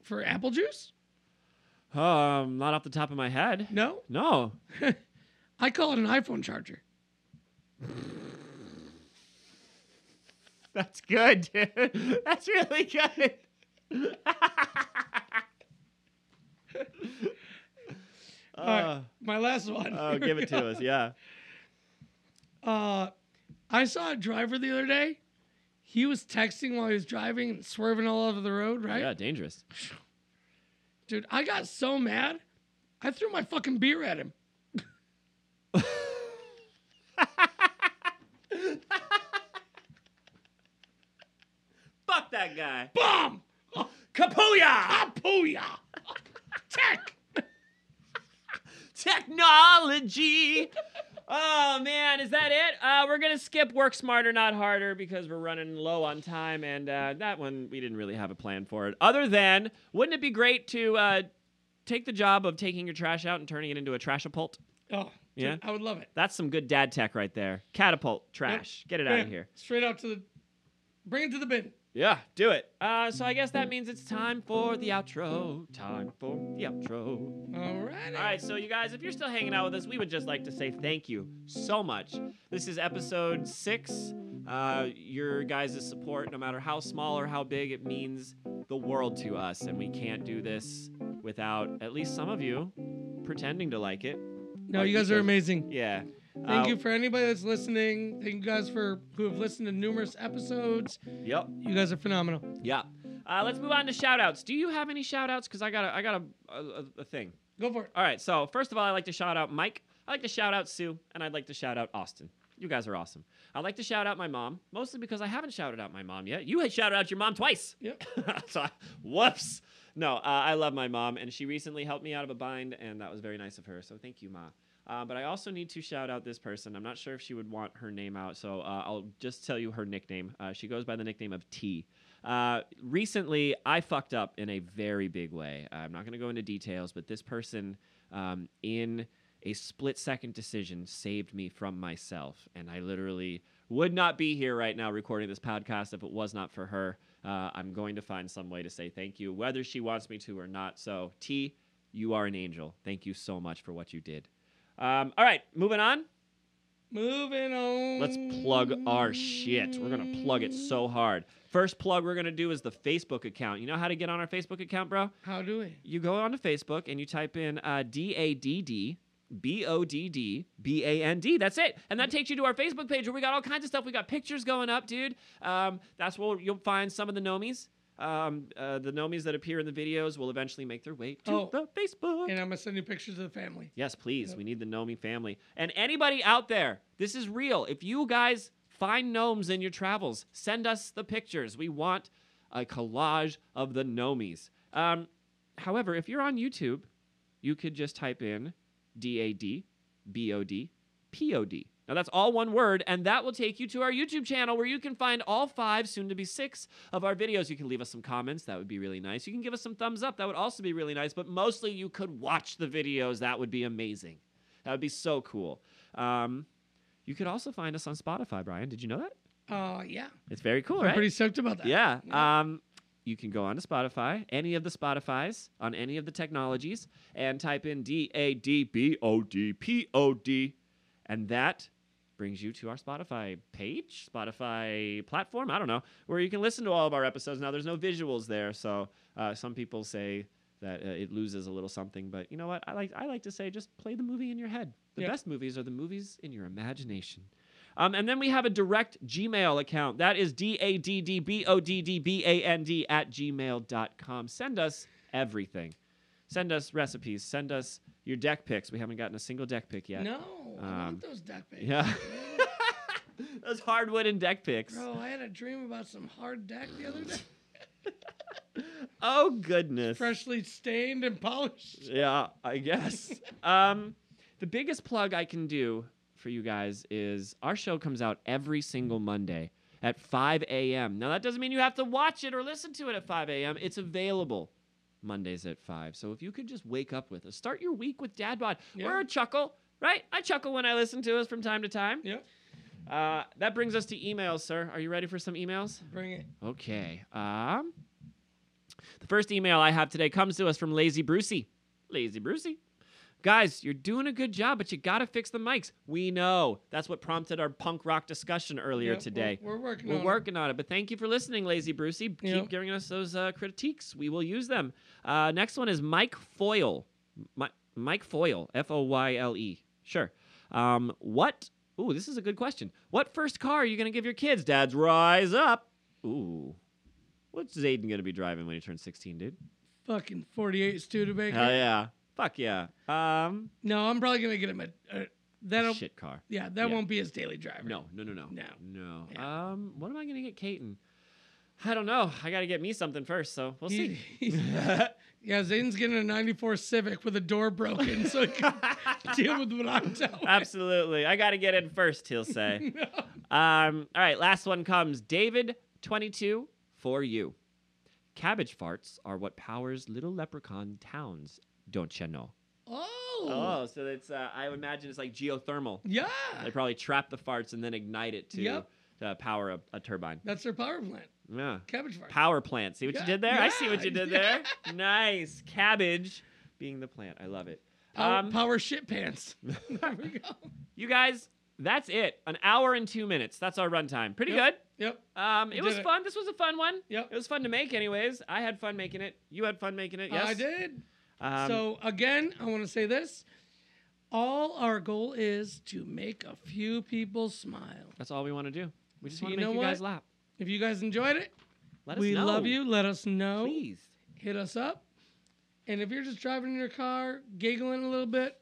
C: for apple juice?
B: Um, not off the top of my head.
C: No,
B: No.
C: I call it an iPhone charger.
B: That's good, dude. [laughs] That's really good. [laughs]
C: All right, my last one.
B: oh, Uh, give
C: [laughs]
B: it to us. Yeah.
C: Uh, I saw a driver the other day. He was texting while he was driving and swerving all over the road. Right,
B: Yeah, dangerous.
C: dude. I got so mad, I threw my fucking beer at him.
B: Fuck that guy.
C: Bomb! [laughs] Kapuya! Kapuya! [laughs] Tech!
B: Technology. Oh man, is that it? Uh, we're gonna skip work smarter, not harder, because we're running low on time, and uh, that one we didn't really have a plan for it. Other than, wouldn't it be great to uh, take the job of taking your trash out and turning it into a trash trashapult?
C: Oh, yeah.
B: Yeah?
C: I would love it.
B: That's some good dad tech right there. Catapult trash. Get it out of
C: Bam.
B: here.
C: Straight out to the. Bring it to the bin.
B: Yeah, do it. Uh, so I guess that means it's time for the outro. Time for the outro.
C: All right.
B: All right, so you guys, if you're still hanging out with us, we would just like to say thank you so much. This is episode six. Uh, your guys' support, no matter how small or how big, it means the world to us, and we can't do this without at least some of you pretending to like it.
C: No, you guys are amazing.
B: Yeah.
C: Thank
B: Uh,
C: you for anybody that's listening. Thank you guys for who have listened to numerous episodes.
B: Yep.
C: You guys are phenomenal.
B: Yeah. Uh, let's move on to shout outs. Do you have any shout outs? Because I got a, I got a, a, a thing.
C: Go for it.
B: All right. So first of all, I'd like to shout out Mike. I'd like to shout out Sue, and I'd like to shout out Austin. You guys are awesome. I'd like to shout out my mom, mostly because I haven't shouted out my mom yet. You had shouted out your mom twice.
C: Yep.
B: [laughs] so, I- whoops. No, uh, I love my mom, and she recently helped me out of a bind, and that was very nice of her. So thank you, Ma. Uh, but I also need to shout out this person. I'm not sure if she would want her name out, so uh, I'll just tell you her nickname. Uh, she goes by the nickname of T. Uh, recently, I fucked up in a very big way. I'm not going to go into details, but this person, um, in a split second decision, saved me from myself. And I literally would not be here right now recording this podcast if it was not for her. Uh, I'm going to find some way to say thank you, whether she wants me to or not. So, T, you are an angel. Thank you so much for what you did. Um, all right, moving on.
C: Moving on.
B: Let's plug our shit. We're going to plug it so hard. First plug we're going to do is the Facebook account. You know how to get on our Facebook account, bro?
C: How do we?
B: You go onto Facebook and you type in uh, D A D D B O D D B A N D. That's it, and that takes you to our Facebook page where we got all kinds of stuff. We got pictures going up, dude. Um, that's where you'll find some of the nomies. Um, uh, the nomies that appear in the videos will eventually make their way to
C: Oh.
B: the Facebook.
C: And I'm gonna send you pictures of the family.
B: Yes, please.
C: Yep.
B: We need the Nomi family. And anybody out there, this is real. If you guys find gnomes in your travels, send us the pictures. We want a collage of the Nomis. Um, however, if you're on YouTube, you could just type in D A D B O D P O D. Now that's all one word, and that will take you to our YouTube channel where you can find all five, soon to be six, of our videos. You can leave us some comments, that would be really nice. You can give us some thumbs up, that would also be really nice, but mostly you could watch the videos, that would be amazing. That would be so cool. Um, you could also find us on Spotify, Brian. Did you know that?
C: Uh, yeah.
B: It's very cool,
C: I'm
B: right?
C: pretty stoked about that.
B: Yeah.
C: Yeah.
B: Um, you can go on to Spotify, any of the Spotify's, on any of the technologies, and type in D A D B O D P O D, and that brings you to our Spotify page, Spotify platform. I don't know where you can listen to all of our episodes. Now there's no visuals there, so uh, some people say that uh, it loses a little something. But you know what? I like I like to say just play the movie in your head. The
C: Yeah.
B: best movies are the movies in your imagination. Um, and then we have a direct Gmail account. That is D A D D B O D D B A N D at gmail.com. Send us everything. Send us recipes. Send us your deck picks. We haven't gotten a single deck pick yet.
C: No, I
B: Um,
C: want those duck baits.
B: Yeah. [laughs] Those hardwood and deck picks.
C: Bro, I had a dream about some hard deck the other day. [laughs]
B: Oh goodness.
C: Freshly stained and polished.
B: Yeah, I
C: [laughs]
B: guess. um, the biggest plug I can do for you guys is our show comes out every single Monday at 5 a.m. Now, that doesn't mean you have to watch it or listen to it at 5 a.m., it's available. Mondays at 5. So if you could just wake up with us, start your week with Dad Bod.
C: Yeah.
B: We're a chuckle, right? I chuckle when I listen to us from time to time.
C: Yep.
B: Uh, that brings us to emails, sir. Are you ready for some emails?
C: Bring it.
B: Okay. Um, the first email I have today comes to us from Lazy Brucey. Lazy Brucey. Guys, you're doing a good job, but you gotta fix the mics. We know. That's what prompted our punk rock discussion earlier
C: Yep, we're-
B: today.
C: We're, working
B: We're
C: on it.
B: working on it, but thank you for listening, Lazy Brucey. Keep
C: Yeah.
B: giving us those uh, critiques. We will use them. Uh, next one is Mike Foyle. Mi- Mike Foyle, F O Y L E. Sure. Um, what? Ooh, this is a good question. What first car are you going to give your kids? Dads, rise up. Ooh. What's Zayden going to be driving when he turns 16, dude?
C: Fucking 48 Studebaker.
B: Hell yeah. Fuck yeah. Um,
C: No, I'm probably going to get him a. a that'll,
B: shit car.
C: Yeah, that
B: Yeah.
C: won't be his daily driver.
B: No, no, no, no.
C: No.
B: No.
C: Yeah.
B: Um, what am I going to get Kaiten? I don't know. I got to get me something first, so we'll
C: He- [laughs]
B: see.
C: he's- yeah, Zayden's getting a 94 Civic with a door broken so he can [laughs] deal with what I'm telling
B: [laughs]
C: [laughs]
B: Absolutely. I got to get in first, he'll say.
C: him.
B: um, all right, last one comes David22 for you. Cabbage farts are what powers little leprechaun towns, don't you know?
C: Oh.
B: Oh, so it's, uh, I would imagine it's like geothermal.
C: Yeah.
B: They probably trap the farts and then ignite it to,
C: Yep.
B: to power a, a turbine.
C: That's their power plant.
B: Yeah.
C: Cabbage farm.
B: Power plant. See what you
C: Yeah,
B: did there? I see what you
C: yeah,
B: did
C: [laughs] yeah.
B: there. Nice. Cabbage being the plant. I love it.
C: Power,
B: Um,
C: power shit pants. [laughs] there
B: [laughs]
C: we go.
B: You guys, that's it. An hour and two minutes. That's our runtime. Pretty
C: Yep.
B: good.
C: Yep.
B: Um, it
C: Did
B: was
C: it.
B: fun. This was a fun one.
C: Yep.
B: It was fun to make, anyways. I had fun making it. You had fun making it. Yes,
C: I did.
B: Um,
C: so again, I want to say this. All our goal is to make a few people smile.
B: that's all we want to do. We just
C: So
B: want to
C: you
B: make
C: know
B: you guys
C: what?
B: laugh.
C: If you guys enjoyed it,
B: Let us
C: we
B: know.
C: love you. Let us know.
B: Please.
C: Hit us up. And if you're just driving in your car, giggling a little bit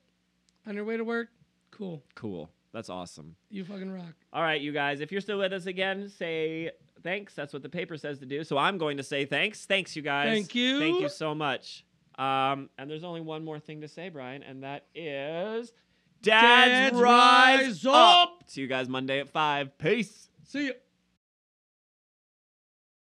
C: on your way to work, cool.
B: Cool. That's awesome.
C: You fucking rock.
B: All right, you guys. If you're still with us again, say thanks. That's what the paper says to do. So I'm going to say thanks. Thanks, you guys.
C: Thank you.
B: Thank you so much. Um, and there's only one more thing to say, Brian, and that is Dads,
C: Dads
B: rise
C: rise up.
B: See you guys Monday at five. Peace.
C: See ya.